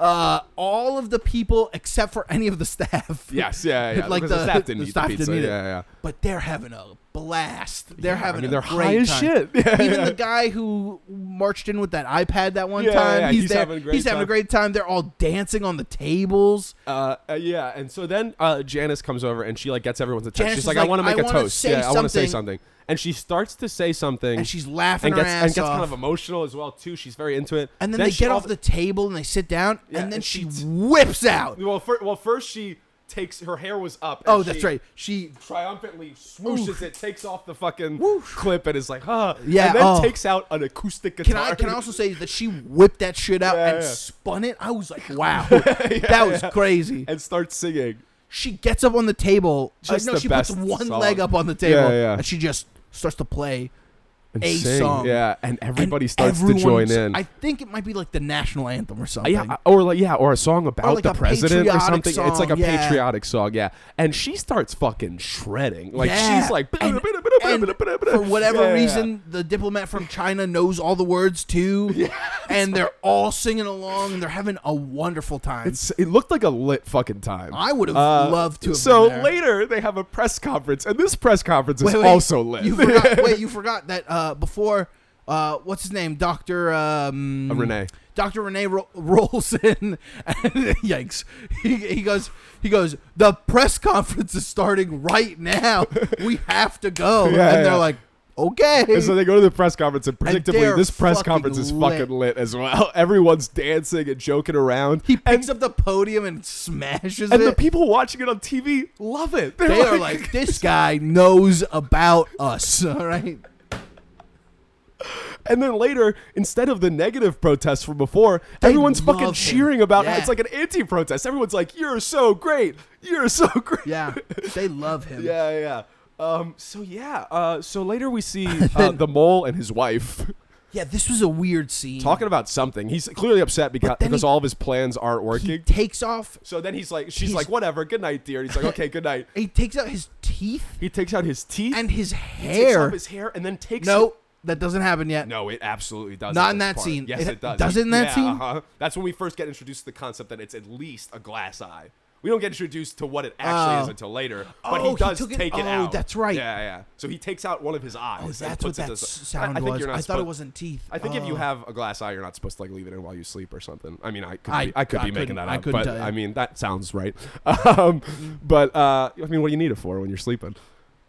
uh, all of the people except for any of the staff. Yes, yeah, yeah. like because the, the staff didn't the eat the staff pizza. didn't eat it. Yeah, yeah. But they're having a blast. They're Yeah, having I mean, a they're great high as time. shit. Yeah, Even yeah. the guy who marched in with that iPad that one Yeah, time, yeah, he's, he's there. having a great he's having a time. great time. They're all dancing on the tables. Uh, uh, yeah, and so then uh, Janice comes over and she like gets everyone's attention. Janice she's is like, like, "I want to "I make a wanna toast. say Yeah, I want to say something." something." And she starts to say something, And she's laughing and gets her ass and gets off. kind of emotional as well too. She's very into it. and then, they she get off all- the table and they sit down, Yeah, and then and she she- whips out. Well, fir- well, first she takes her hair was up. and Oh, that's she right. She Triumphantly swooshes Oof. it, takes off the fucking Woosh. clip, and is like, "Huh." Yeah, And then oh. takes out an acoustic guitar. can I can I also say that she whipped that shit out Yeah, and yeah. spun it. I was like, wow, that was crazy. and starts singing. she gets up on the table. uh, Just no, the she best puts one song. leg up on the table Yeah, yeah. and she just starts to play. and a sing. song. Yeah, and And everybody starts to everyone join s- in. I think it might be like the national anthem or something. yeah, or like yeah, or a song about like the a president or patriotic something. it's like a song, yeah. patriotic song, yeah. And she starts fucking shredding. Like Yeah. she's like And- and for whatever reason, the diplomat from China knows all the words too, and they're all singing along and they're having a wonderful time. It's, it looked like a lit fucking time. Uh, I would've loved to have So been there. later they have a press conference, and this press conference is Wait, wait, also lit. You forgot, wait, you forgot that uh, before. Uh, what's his name? Doctor um, Uh, Renee. Doctor Renee ro- rolls in. And, yikes! He, he goes. He goes. The press conference is starting right now. We have to go. Yeah, and they're yeah. like, okay. And so they go to the press conference, and predictably, they're this press fucking conference is lit. fucking lit as well. Everyone's dancing and joking around. he picks up the podium and smashes and it. the people watching it on TV love it. They're they are like, this guy knows about us. All right. and then later, instead of the negative protests from before, everyone's love fucking him. cheering about. Yeah. It's like an anti-protest. Everyone's like, "You're so great. You're so great." Yeah, they love him. yeah, yeah. Um, so yeah. Uh, so later we see uh, the mole and his wife Yeah, this was a weird scene. talking about something. He's clearly upset because, then because he- all of his plans aren't he working. takes off. so then he's like, she's he's- like, "Whatever. Good night, dear." And he's like, "Okay, good night." He takes out his teeth He takes out his teeth and his takes off hair. his hair, and then takes no, that doesn't happen yet. No, it absolutely does. Not at in this that part. scene. Yes, It- it, does. does it in that Yeah, scene? Uh-huh. That's when we first get introduced to the concept that it's at least a glass eye. We don't get introduced to what it actually Oh. is until later, but Oh, he he does took it- take it, oh, out. that's right. Yeah, yeah. So he takes out one of his eyes. Oh, and that's what puts it that as a- sound I, I think was. You're not I thought it supposed- wasn't teeth. I think if you Oh. have a glass eye, you're not supposed to like leave it in while you sleep or something. I mean, I could, I- be, I could I be making couldn't- that up, I couldn't but tell you. I mean, that sounds right. Um, but uh, I mean, what do you need it for when you're sleeping?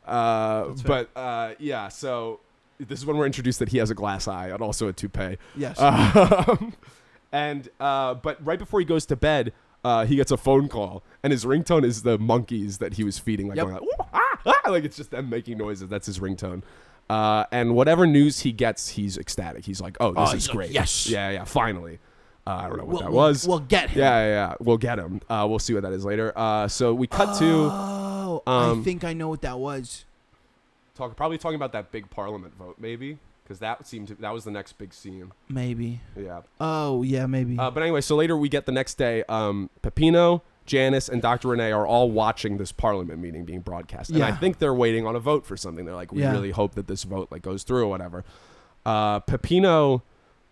Uh, but uh, yeah, so this is when we're introduced that he has a glass eye and also a toupee. Yes. Um, and uh, but right before he goes to bed, uh, he gets a phone call, and his ringtone is the monkeys that he was feeding. Like, Yep. going like, "Ooh, ah, ah," like it's just them making noises. That's his ringtone. Uh, and whatever news he gets, he's ecstatic. He's like, "Oh, this Oh, is he's like, great! yes. yeah, yeah, finally." Uh, I don't know what We'll- that we'll- was. we'll get him. Yeah, yeah, yeah. We'll get him. Uh, we'll see what that is later. Uh, so we cut to Oh, I Um, think I know what that was. talk, probably talking about that big parliament vote, maybe, because that seemed to, that was the next big scene. Maybe. Yeah. Oh yeah, maybe. Uh, but anyway, so later we get the next day. Um, Pepino, Janice, and Dr. Renee are all watching this parliament meeting being broadcast, and I Yeah. think they're waiting on a vote for something. They're like, we Yeah. really hope that this vote like goes through or whatever. Uh, Pepino.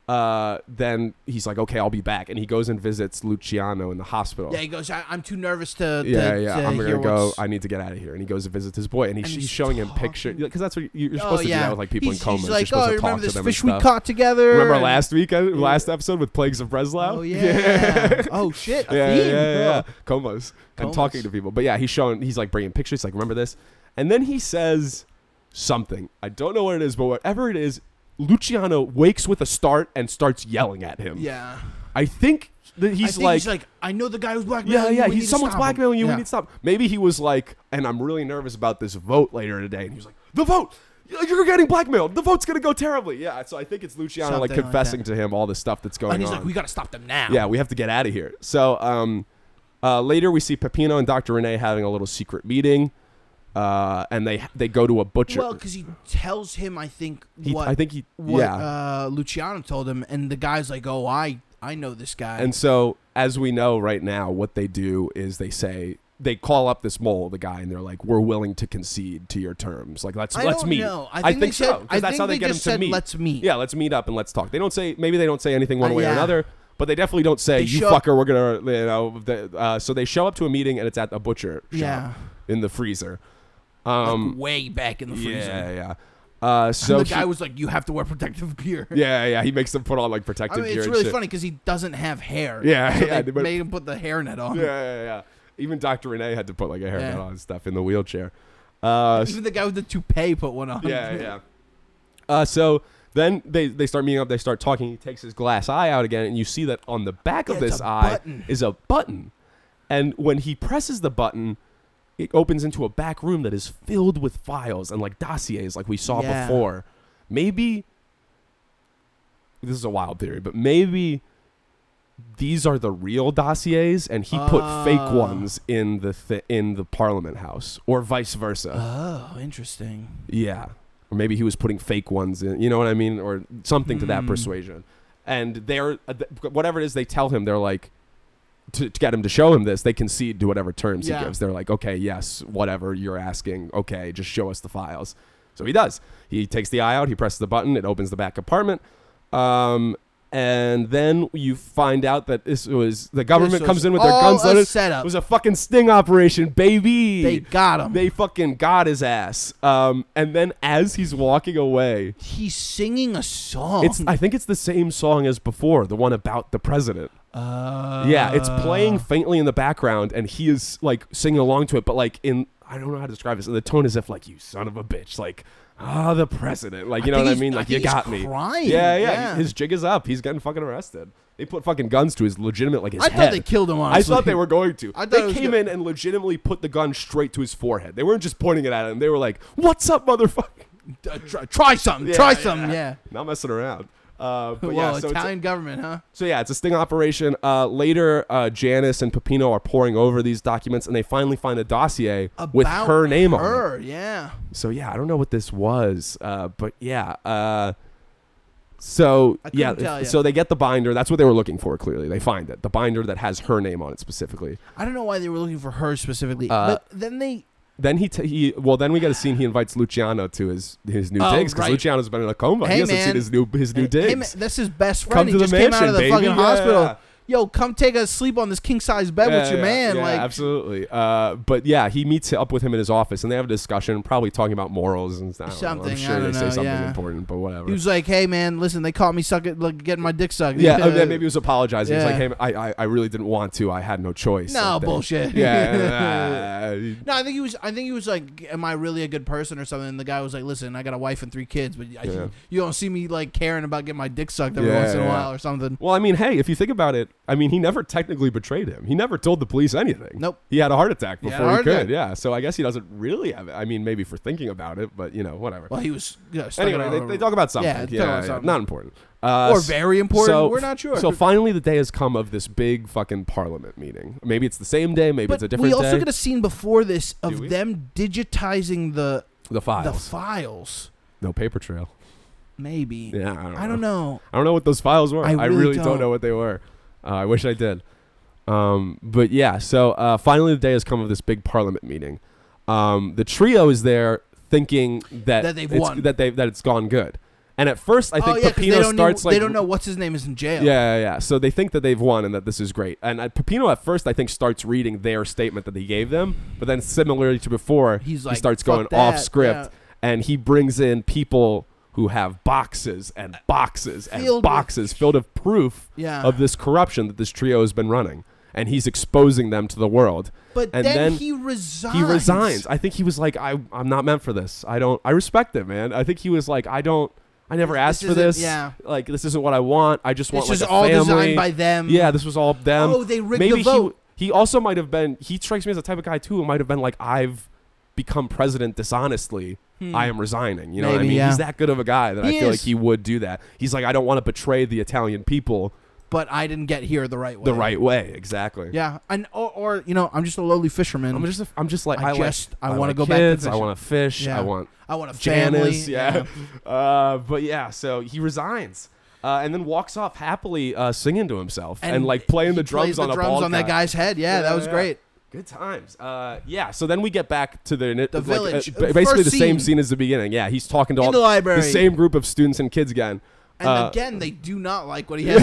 Uh, then he's like, okay, I'll be back, and he goes and visits Luciano in the hospital. yeah, he goes. I, I'm too nervous to. to- yeah, yeah. to I'm hear gonna go. what's-" I need to get out of here. And he goes and visits his boy, and, he, And he's he's showing him pictures talking. because that's what you- you're Oh, supposed to yeah. do that with like people He's- in comas. He's You're like, supposed oh, to remember talk to this them and fish we stuff." caught together? Remember And- last weekend, last episode with Plagues of Breslau? Oh yeah. oh shit. A yeah, yeah, theme. yeah, yeah. Oh. Comas. and Comas. talking to people. But yeah, he's showing. He's like bringing pictures. Like, remember this? And then he says something. I don't know what it is, but whatever it is, Luciano wakes with a start and starts yelling at him. Yeah. I think that I he's think like. he's like, I know the guy who's blackmailing. yeah, you. yeah. We need He's to someone's stop him." blackmailing you. Yeah. We need to stop. Maybe he was like, and I'm really nervous about this vote later today. And he was like, the vote. You're getting blackmailed. The vote's gonna go terribly. Yeah. So I think it's Luciano like Something like confessing to him all the stuff that's going And he's on. like, we gotta stop them now. Yeah, we have to get out of here. So um, uh, later we see Pepino and Dr. Renee having a little secret meeting, uh, and they they go to a butcher. Well, because he tells him, I think He- what I think he what yeah. uh, Luciano told him, and the guy's like, "Oh, I I know this guy." and so as we know right now, what they do is they say they call up this mole, the guy, and they're like, "We're willing to concede to your terms. Like let's I let's don't meet." know. I I think they think said- so. 'cause I that's think how they, they get just them to said, meet. "Let's meet." Yeah, let's meet up and let's talk. They don't say maybe they don't say anything one Uh, way or yeah. another. But they definitely don't say They you show- fucker. We're gonna, you know. The, uh, so they show up to a meeting and it's at a butcher shop Yeah. in the freezer. Um, way back in the freezer. yeah, yeah. Uh, so the he- guy was like, "You have to wear protective gear." yeah, yeah. He makes them put on like I protective mean, gear. it's and really shit. funny because he doesn't have hair. Yeah, so yeah, They they put- made him put the hairnet on. Yeah, yeah, yeah. Even Doctor Renee had to put like a hairnet Yeah. on and stuff in the wheelchair. Uh, Even the guy with the toupee put one on. yeah, yeah. Uh, so then they, they start meeting up. They start talking. He takes his glass eye out again, and you see that on the back of Yeah, it's this a eye button. is a button. And when he presses the button, it opens into a back room that is filled with files and like dossiers, like we saw Yeah. before. Maybe this is a wild theory, but maybe these are the real dossiers, and he put fake Ah. ones in the th- in the Parliament House, or vice versa. Oh, interesting. Yeah. Or maybe he was putting fake ones in, you know what I mean? Or something to that Hmm. persuasion. And they're, uh, th- whatever it is they tell him, they're like, to, to get him to show him this, they concede to whatever terms Yeah. he gives. They're like, okay, yes, whatever you're asking. Okay, just show us the files. So he does. He takes the eye out, he presses the button, it opens the back apartment. Um, and then you find out that this was the government so comes it's in with their all guns a loaded. setup. It was a fucking sting operation, baby. They got him. They fucking got his ass. Um, and then as he's walking away, He's singing a song. it's I think it's the same song as before, the one about the president. Uh, yeah, it's playing faintly in the background, and he is like singing along to it, but like in I don't know how to describe this. The tone is if like you son of a bitch, like ah the president, like you know I think what I he's- mean, I like think you he's got me. crying. Yeah, yeah, Yeah. His jig is up. He's getting fucking arrested. They put fucking guns to his legitimate like his I head. thought they killed him. I Honestly, thought they were going to. I thought it they was came go- in and legitimately put the gun straight to his forehead. They weren't just pointing it at him. They were like, "What's up, motherfucker?" Uh, try, try something. Yeah, try yeah. something. Yeah. Not messing around. Uh, but well, yeah, so, it's a- Italian government, huh? so yeah, it's a sting operation. Uh, later, uh, Janice and Pepino are poring over these documents, and they finally find a dossier with About her name on it. Her, yeah. So yeah, I don't know what this was, uh, but yeah. Uh, so I couldn't yeah, tell ya. so they get the binder. That's what they were looking for. Clearly, they find it. The binder that has her name on it specifically. I don't know why they were looking for her specifically, Uh, but then they Then he, t- he well, then we got a scene. He invites Luciano to his his new Oh, digs because right. Luciano's been in a coma. Hey, he hasn't man. seen his new his new Hey, digs. man, that's his best friend. Come he to the just came out mansion, of the baby. fucking Yeah, hospital. yeah. Yo, come take a sleep on this king size bed with Yeah, your yeah, man. yeah, like, absolutely. Uh, but yeah, he meets up with him in his office, and they have a discussion, probably talking about morals and stuff. Something, I'm I sure don't they say know, something yeah. important, but whatever. he was like, "Hey, man, listen, they caught me sucking, like getting my dick sucked." yeah, oh, yeah, maybe he was apologizing. Yeah. He's like, "Hey, I, I, I really didn't want to. I had no choice." No like that. bullshit. Yeah. uh, No, I think he was. I think he was like, "Am I really a good person or something?" And the guy was like, "Listen, I got a wife and three kids, but I, Yeah. you don't see me like caring about getting my dick sucked every Yeah, once in a yeah. while or something." Well, I mean, hey, if you think about it, I mean, he never technically betrayed him. He never told the police anything. Nope. He had a heart attack He had a before he, heart could. attack. Yeah. So I guess he doesn't really have it. I mean, maybe for thinking about it, but you know, whatever. Well, he was. You know, stuck anyway, around they, over- they talk about something. Yeah, Yeah, they talk about yeah, something. not important. Uh, or s- very important. so- We're not sure. So finally, the day has come of this big fucking parliament meeting. Maybe it's the same day. Maybe but it's a different we also day. get a scene before this we? of them digitizing the the files. the files. no paper trail. Maybe. Yeah, I don't, I know. don't know. I don't know what those files were. I I really, really don't. don't. know what they were. Uh, I wish I did. Um, but yeah, so uh, finally the day has come of this big parliament meeting. Um, the trio is there thinking that That they've it's, won. that they that it's gone good. And at first, I think oh yeah, 'cause they Pepino don't starts even, like they don't know what's his name is in jail. Yeah, yeah, yeah. So they think that they've won and that this is great. And uh, Pepino at first, I think, starts reading their statement that he gave them, but then similarly to before, He's he like, starts "Fuck going off that," script, yeah. and he brings in people who have boxes and boxes Filled and with- boxes filled of proof Yeah. of this corruption that this trio has been running, and he's exposing them to the world. But and then, then he resigns. He resigns. I think he was like, I, I'm not meant for this. I don't. I respect it, man. I think he was like, I don't. I never asked for isn't- this. yeah. Like this isn't what I want. I just want It's like just a all family. designed by them. Yeah, this was all them. Oh, they rigged Maybe the vote. He, he also might have been. He strikes me as the type of guy too who might have been like, I've become president dishonestly. I am resigning. You know what I Hmm. Maybe, mean? yeah. He's that good of a guy that I He feel like is. he would do that. He's like, I don't want to betray the Italian people But I didn't get here the right way. the right way. Exactly. Yeah, and or, or you know, I'm just a lowly fisherman. I'm just. A, I'm just like. I I, like- just- I I wanna like go back to kids, I fishing. want to fish. Yeah. I want I want a family. Janice, yeah. Uh, but yeah, so he resigns uh, and then walks off happily uh, singing to himself and, like playing the he drums plays on the a drums bald on that guy. guy's head. Yeah, that was yeah. great. Good times. Uh, yeah. So then we get back to the, the village. uh, basically First the same scene. scene as the beginning. Yeah, he's talking to all the library. the same group of students and kids again. And Uh, again, they do not like what he has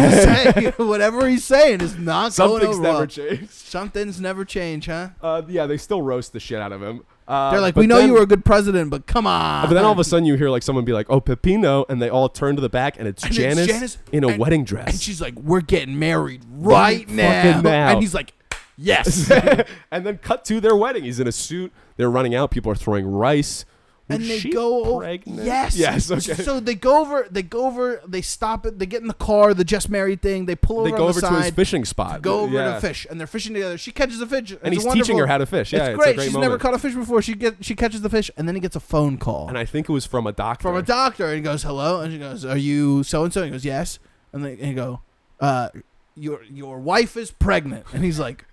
to say. Whatever he's saying is not going something's over. never well. changed. Something's never changed, huh? Uh, yeah, they still roast the shit out of him. Uh, They're like, but we know then- you were a good president, but come on. But then all of a sudden you hear like someone be like, "Oh, Pepino," and they all turn to the back, and it's, And it's Janice, Janice in a and- wedding dress. and she's like, we're getting married right, Right now. fucking now. And he's like, yes. and then cut to their wedding. He's in a suit. They're running out. People are throwing rice. Was and they she go over. pregnant? Yes. Yes. Okay. So they go over. They go over. They stop it. They get in the car. The just married thing. They pull over. they go on over the to his side, fishing spot. Go over yeah. to fish, and they're fishing together. She catches a fish, And It's he's a teaching her wonderful- how to fish. Yeah, it's it's a great. great She's never moment. caught a fish before. She get she catches the fish, and then he gets a phone call And I think it was from a doctor. from a doctor, and he goes, "Hello," and she goes, "Are you so and so?" He goes, "Yes," and they and he go, "Uh, your your wife is pregnant," and he's like,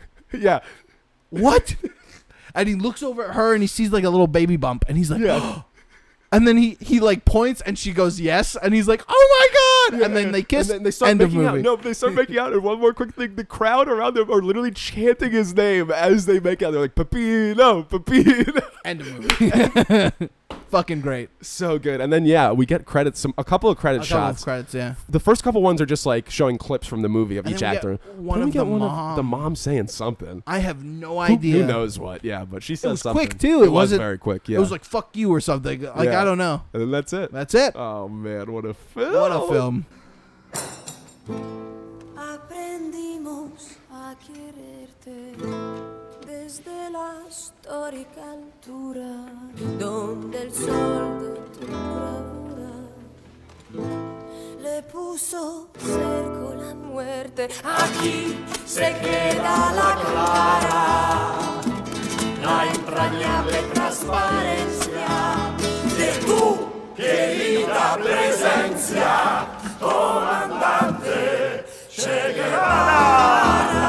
yeah. "What?" and he looks over at her, and he sees like a little baby bump, and he's like, Yeah. And then he, he like points and she goes yes and he's like oh my god and then they kiss And then they start end of making out. movie No, but they start making out. And one more quick thing: the crowd around them are literally chanting his name as they make out. They're like Pepino, Pepino. end of movie fucking great so good. And then yeah, we get credits. Some a couple of credit a couple of shots. credits yeah the first couple ones are just like showing clips from the movie of And each then we actor. get one Then we of get the one mom. of the mom saying something. I have no Who- idea Who, knows what? Yeah, but she said was something. quick, too. It It, was wasn't- very quick. Yeah, it was like fuck you or something like Yeah. I don't know and then that's it. that's it oh man, what a film! what a film Aprendimos a quererte desde las histórica altura, donde el sol de tu bravura le puso cerco la muerte. Aquí se queda la clara, la entrañable transparencia de tu querida presencia, comandante. Che Guevara.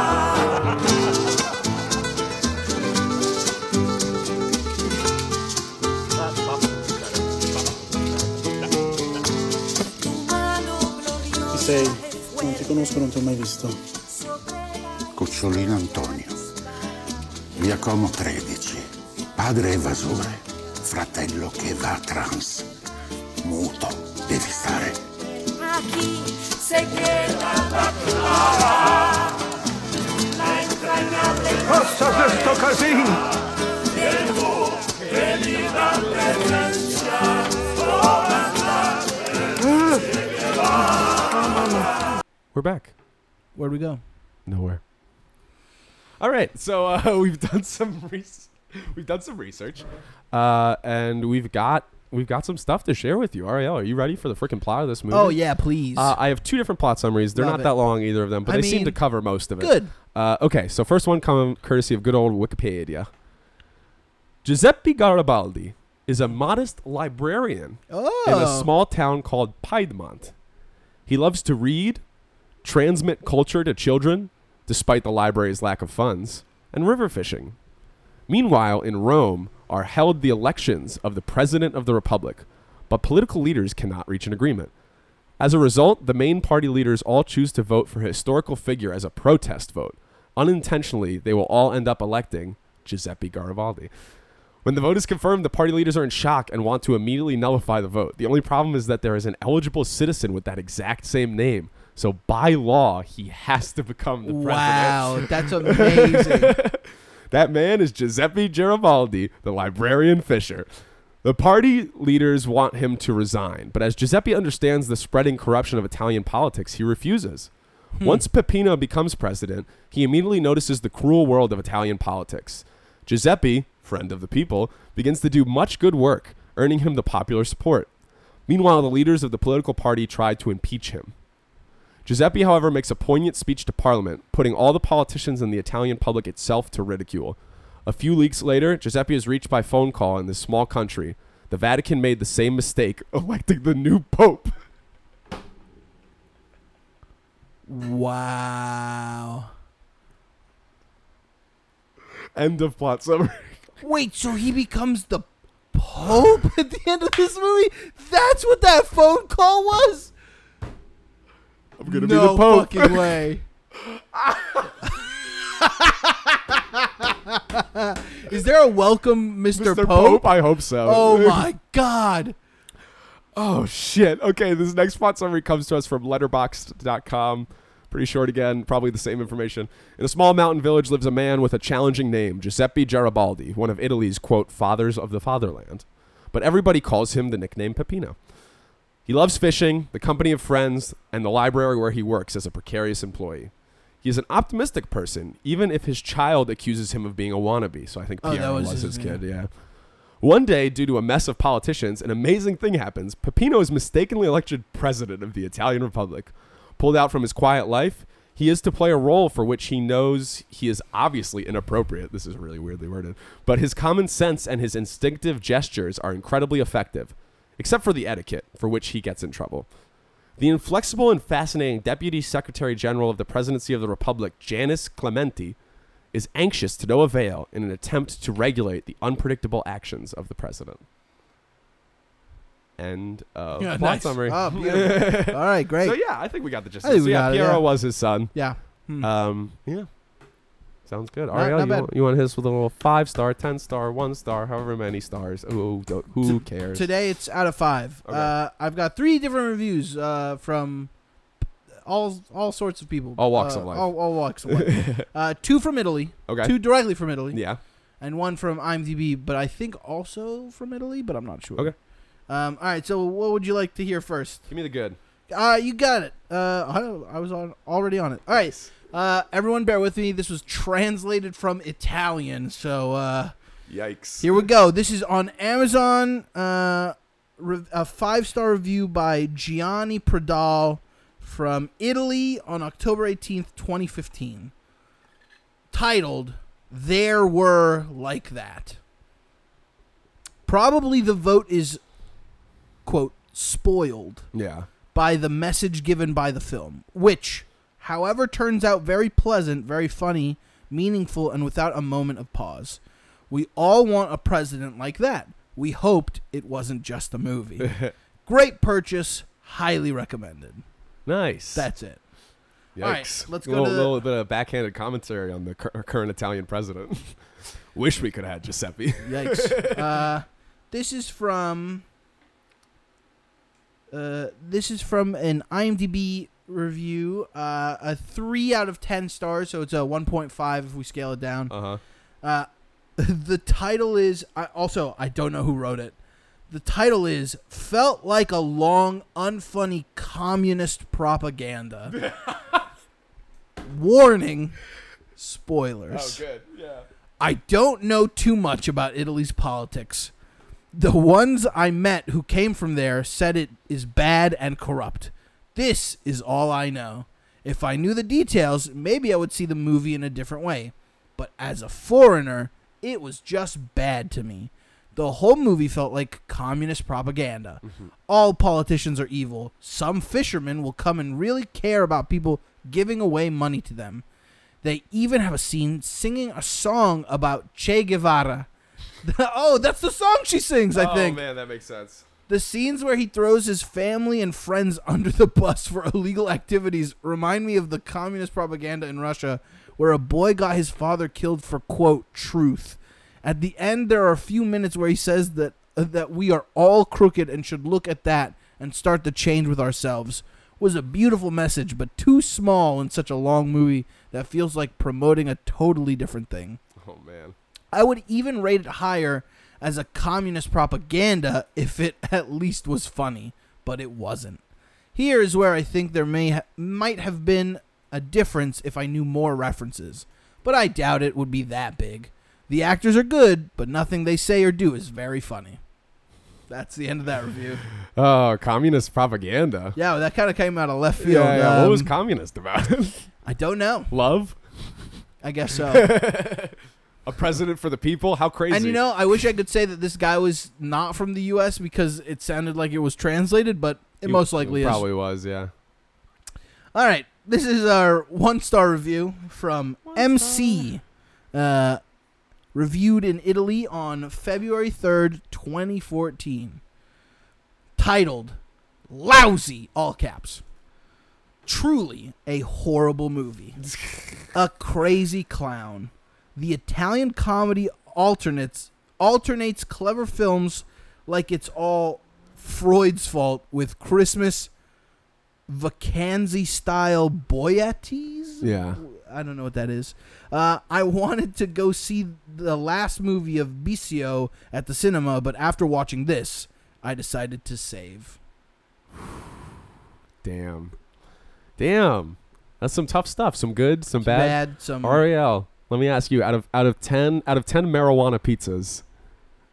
Chi sei? Non ti conosco, non ti ho mai visto. Cocciolino Antonio, via Como 13, padre evasore, fratello che va trans, muto, devi stare. Aquí se queda la clara, la entrañable We're back. where'd we go Nowhere. All right, so uh, we've done some re- we've done some research, uh, and we've got we've got some stuff to share with you. Ariel, are you ready for the freaking plot of this movie? oh yeah please Uh, I have two different plot summaries. They're Love not it. that long, either of them, but I they seem mean, to cover most of it. good. Uh, okay, so first one come courtesy of good old Wikipedia. Giuseppe Garibaldi is a modest librarian oh in a small town called Piedmont. He loves to read, transmit culture to children, despite the library's lack of funds, and river fishing. Meanwhile, in Rome are held the elections of the President of the Republic, but political leaders cannot reach an agreement. As a result, the main party leaders all choose to vote for a historical figure as a protest vote. Unintentionally, they will all end up electing Giuseppe Garibaldi. When the vote is confirmed, the party leaders are in shock and want to immediately nullify the vote. The only problem is that there is an eligible citizen with that exact same name. So by law, he has to become the president. wow that's amazing That man is Giuseppe Garibaldi, the librarian Fisher. The party leaders want him to resign, but as Giuseppe understands the spreading corruption of Italian politics, he refuses. Once Peppino becomes president, he immediately notices the cruel world of Italian politics. Giuseppe, friend of the people, begins to do much good work, earning him the popular support. Meanwhile, the leaders of the political party try to impeach him. Giuseppe, however, makes a poignant speech to Parliament, putting all the politicians and the Italian public itself to ridicule. A few weeks later, Giuseppe is reached by phone call in this small country. The Vatican made the same mistake, electing the new pope. wow End of plot summary. wait so he becomes the pope at the end of this movie that's what that phone call was I'm gonna no be the pope. fucking way. Is there a welcome, Mr. Mr. Pope? Pope? I hope so. Oh my God! Oh shit. Okay, this next plot summary comes to us from letterboxd.com Pretty short again, probably the same information. In a small mountain village lives a man with a challenging name, Giuseppe Garibaldi, one of Italy's, quote, fathers of the fatherland. But everybody calls him the nickname Peppino. He loves fishing, the company of friends, and the library where he works as a precarious employee. He is an optimistic person, even if his child accuses him of being a wannabe. So I think Oh, Pierre that was, was his his- kid, yeah. One day, due to a mess of politicians, an amazing thing happens. Peppino is mistakenly elected president of the Italian Republic. Pulled out from his quiet life, he is to play a role for which he knows he is obviously inappropriate. This is really weirdly worded. But his common sense and his instinctive gestures are incredibly effective, except for the etiquette, for which he gets in trouble. The inflexible and fascinating Deputy Secretary General of the Presidency of the Republic, Janice Clementi, is anxious to no avail in an attempt to regulate the unpredictable actions of the president. End of Yeah, plot nice. summary. Oh, beautiful. All right, great. So yeah, I think we got the gist. I Of it. think So we yeah, got it, Piero yeah. was his son. yeah. Hmm. Um, yeah, sounds good. Not- Ariel, not you, bad. want, you want his with a little five star, ten star, one star, however many stars. Who who cares? Today it's out of five. Okay. Uh, I've got three different reviews uh, from all all sorts of people, All walks Uh, of life. all, all walks of life. uh, two from Italy, okay. two directly from Italy, yeah. and one from IMDb, but I think also from Italy, but I'm not sure. Okay. Um, all right, so what would you like to hear first? Give me the good. Uh, you got it. Uh, I, I was on already on it. All right. Uh, everyone, bear with me. This was translated from Italian, so uh, Yikes. here we go. This is on Amazon. Uh, re- a five star review by Gianni Pradal from Italy on October 18th, 2015. Titled, There Were Like That. Probably the vote is, quote, spoiled Yeah. by the message given by the film, which, however, turns out very pleasant, very funny, meaningful, and without a moment of pause. We all want a president like that. We hoped it wasn't just a movie. Great purchase, highly recommended. Nice. That's it. Yikes. All right, let's go little, to the- little bit of backhanded commentary on the cur- uh, current Italian president. Wish we could have had Giuseppe. Yikes. uh, this is from. Uh, this is from an IMDb review. Uh, a three out of ten stars, so it's a one point five if we scale it down. Uh huh. Uh, the title is I, also I don't know who wrote it. The title is felt like a long, unfunny communist propaganda. Warning, spoilers. good. Yeah. I don't know too much about Italy's politics. The ones I met who came from there said it is bad and corrupt. This is all I know. If I knew the details, maybe I would see the movie in a different way. But as a foreigner, it was just bad to me. The whole movie felt like communist propaganda. All politicians are evil. Some fishermen will come and really care about people giving away money to them. They even have a scene singing a song about Che Guevara. oh, that's the song she sings, I think. Oh, man, that makes sense. The scenes where he throws his family and friends under the bus for illegal activities remind me of the communist propaganda in Russia, where a boy got his father killed for quote truth. At the end, there are a few minutes where he says that uh, that we are all crooked and should look at that and start the change with ourselves. Was a beautiful message, but too small in such a long movie that feels like promoting a totally different thing. Oh man. I would even rate it higher as a communist propaganda if it at least was funny, but it wasn't. Here is where I think there may ha- might have been a difference if I knew more references, but I doubt it would be that big. The actors are good, but nothing they say or do is very funny. That's the end of that review. Oh, communist propaganda. Yeah, well, that kind of came out of left Yeah. field. yeah, what was um, communist about? I don't know. Love. I guess so. A president for the people. How crazy. And you know, I wish I could say that this guy was not from the U.S. because it sounded like it was translated, but it He- most likely is. probably was. Yeah. All right, this is our one star review from MC, uh, reviewed in Italy on February 3rd, 2014. Titled Lousy, all caps. Truly a horrible movie. a crazy clown. The Italian comedy alternates alternates clever films like it's all Freud's fault with Christmas Vacanzi style boyatis. Yeah. I don't know what that is. Uh, I wanted to go see the last movie of Bicio at the cinema, but after watching this, I decided to save. Damn. Damn. That's some tough stuff. Some good, some bad. Bad some Ariel, let me ask you out of out of 10 out of 10 marijuana pizzas,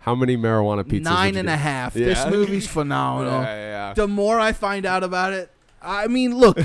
how many marijuana pizzas? nine and a half. This Yeah. movie's phenomenal. Yeah, yeah, yeah. The more I find out about it, I mean, look,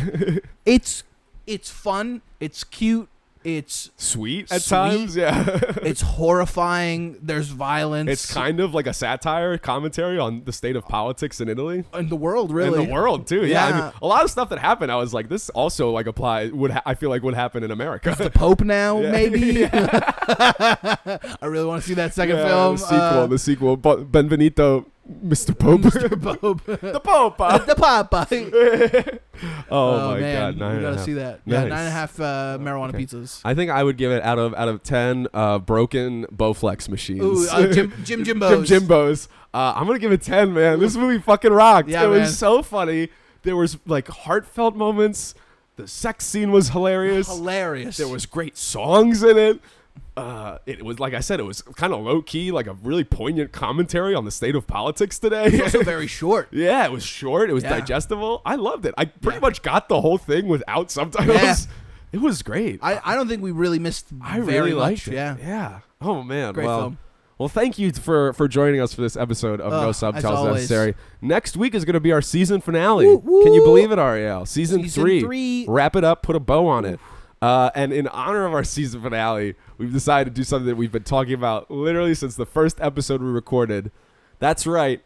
it's it's fun, it's cute, it's Sweet at Sweet. times, yeah. it's horrifying. There's violence. it's kind of like a satire commentary on the state of politics in Italy. in the world, really. in the world too. Yeah, I Yeah. mean, a lot of stuff that happened. I was like, this also like apply would ha- I feel like would happen in America. Pope now, Yeah. maybe. I really want to see that second Yeah, film. the sequel, Uh, the sequel. Bu- Benvenuto, Mr. Pope, Mr. Pope. the Pope. uh. the Popeye. oh, Oh, my man, god, nine you and a gotta half. see that. Yeah, Nice. nine and a half uh, marijuana pizzas. I think I would give it out of out of ten uh, broken Bowflex machines. Ooh, uh, Jim Jim Jim Jimbo's. Jimbo's. Uh, I'm gonna give it ten, man. This movie fucking rocked. Yeah, it man. was so funny. There was like heartfelt moments. The sex scene was hilarious. Hilarious. There was great songs in it. Uh, it was like I said, it was kind of low key, like a really poignant commentary on the state of politics today. also very short. yeah, it was short. It was Yeah. digestible. I loved it. I pretty Yeah. much got the whole thing without subtitles. Yeah. It was great. I, I don't think we really missed. I very really much. liked it. Yeah. Yeah. Oh man. Great well, film. Well, thank you for for joining us for this episode of Ugh, No as Subtitles always. Necessary. Next week is going to be our season finale. Woo, woo. Can you believe it, Ariel? Season, Season three. Wrap it up. Put a bow on it. Uh, and in honor of our season finale, we've decided to do something that we've been talking about literally since the first episode we recorded. That's right.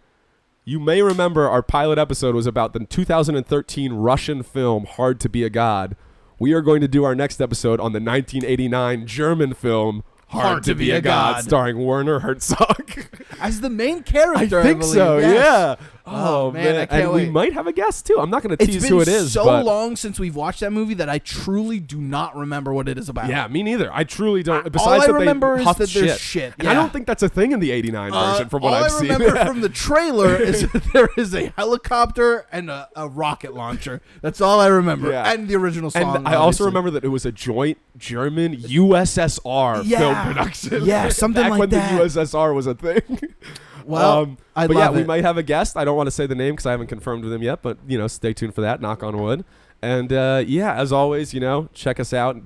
You may remember our pilot episode was about the 2013 Russian film Hard to Be a God. We are going to do our next episode on the 1989 German film Hard, to, Be, a God, starring Werner Herzog. As the main character, I, I think believe. so. Yes. Yeah. Oh, man, man, I can't and wait. we might have a guest too. I'm not going to It's tease been who it is. so but long since we've watched that movie that I truly do not remember what it is about. Yeah, me neither. I truly don't. I- Besides all I that they remember is huffed that there's shit, And I yeah. don't think that's a thing in the '89 Uh, version, from what all I've I seen. remember from the trailer is that there is a helicopter and a, a rocket launcher. That's all I remember. Yeah. And the original and song. I also obviously. remember that it was a joint German USSR film Yeah. production. Yeah, something Back like when that. the USSR was a thing. Well, I Um, but love yeah, we it. might have a guest. I don't want to say the name because I haven't confirmed with him yet. But you know, stay tuned for that. Knock on wood. And uh, yeah, as always, you know, check us out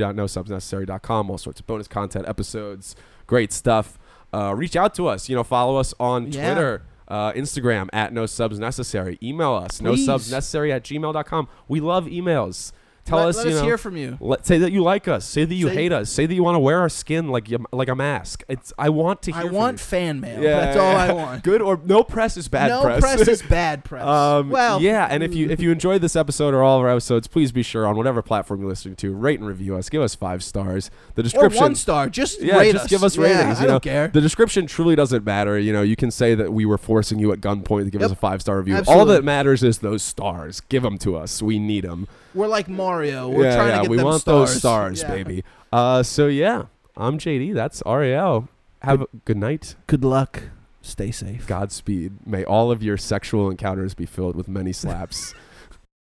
www.nosubsnecessary.com. All sorts of bonus content, episodes, great stuff. Uh, reach out to us. You know, follow us on Yeah. Twitter, uh, Instagram at no subs necessary. Email us no Please. subs necessary at gmail.com. We love emails. Tell Let- us, let you us know, hear from you. let, say that you like us. Say that you Say- hate us. Say that you want to wear our skin like you, like a mask. It's I want to hear. I from want you. fan mail. Yeah, That's all yeah. I want. Good or no press is bad no press. is bad press. Um, well, mm. yeah, and if you if you enjoyed this episode or all of our episodes, please be sure on whatever platform you're listening to, rate and review us. Give us five stars. The or description one star, just yeah, rate just us. give us Yeah, ratings. I you know, don't care. the description truly doesn't matter. You know, you can say that we were forcing you at gunpoint to give us Yep. a five star review. All Absolutely. that matters is those stars. Give them to us. We need them. We're like Mario. We're yeah, trying yeah, to get we them want stars. those stars, Yeah. baby. Uh, so yeah, I'm JD. That's Ariel. Have a good night. Good luck. Stay safe. Godspeed. May all of your sexual encounters be filled with many slaps.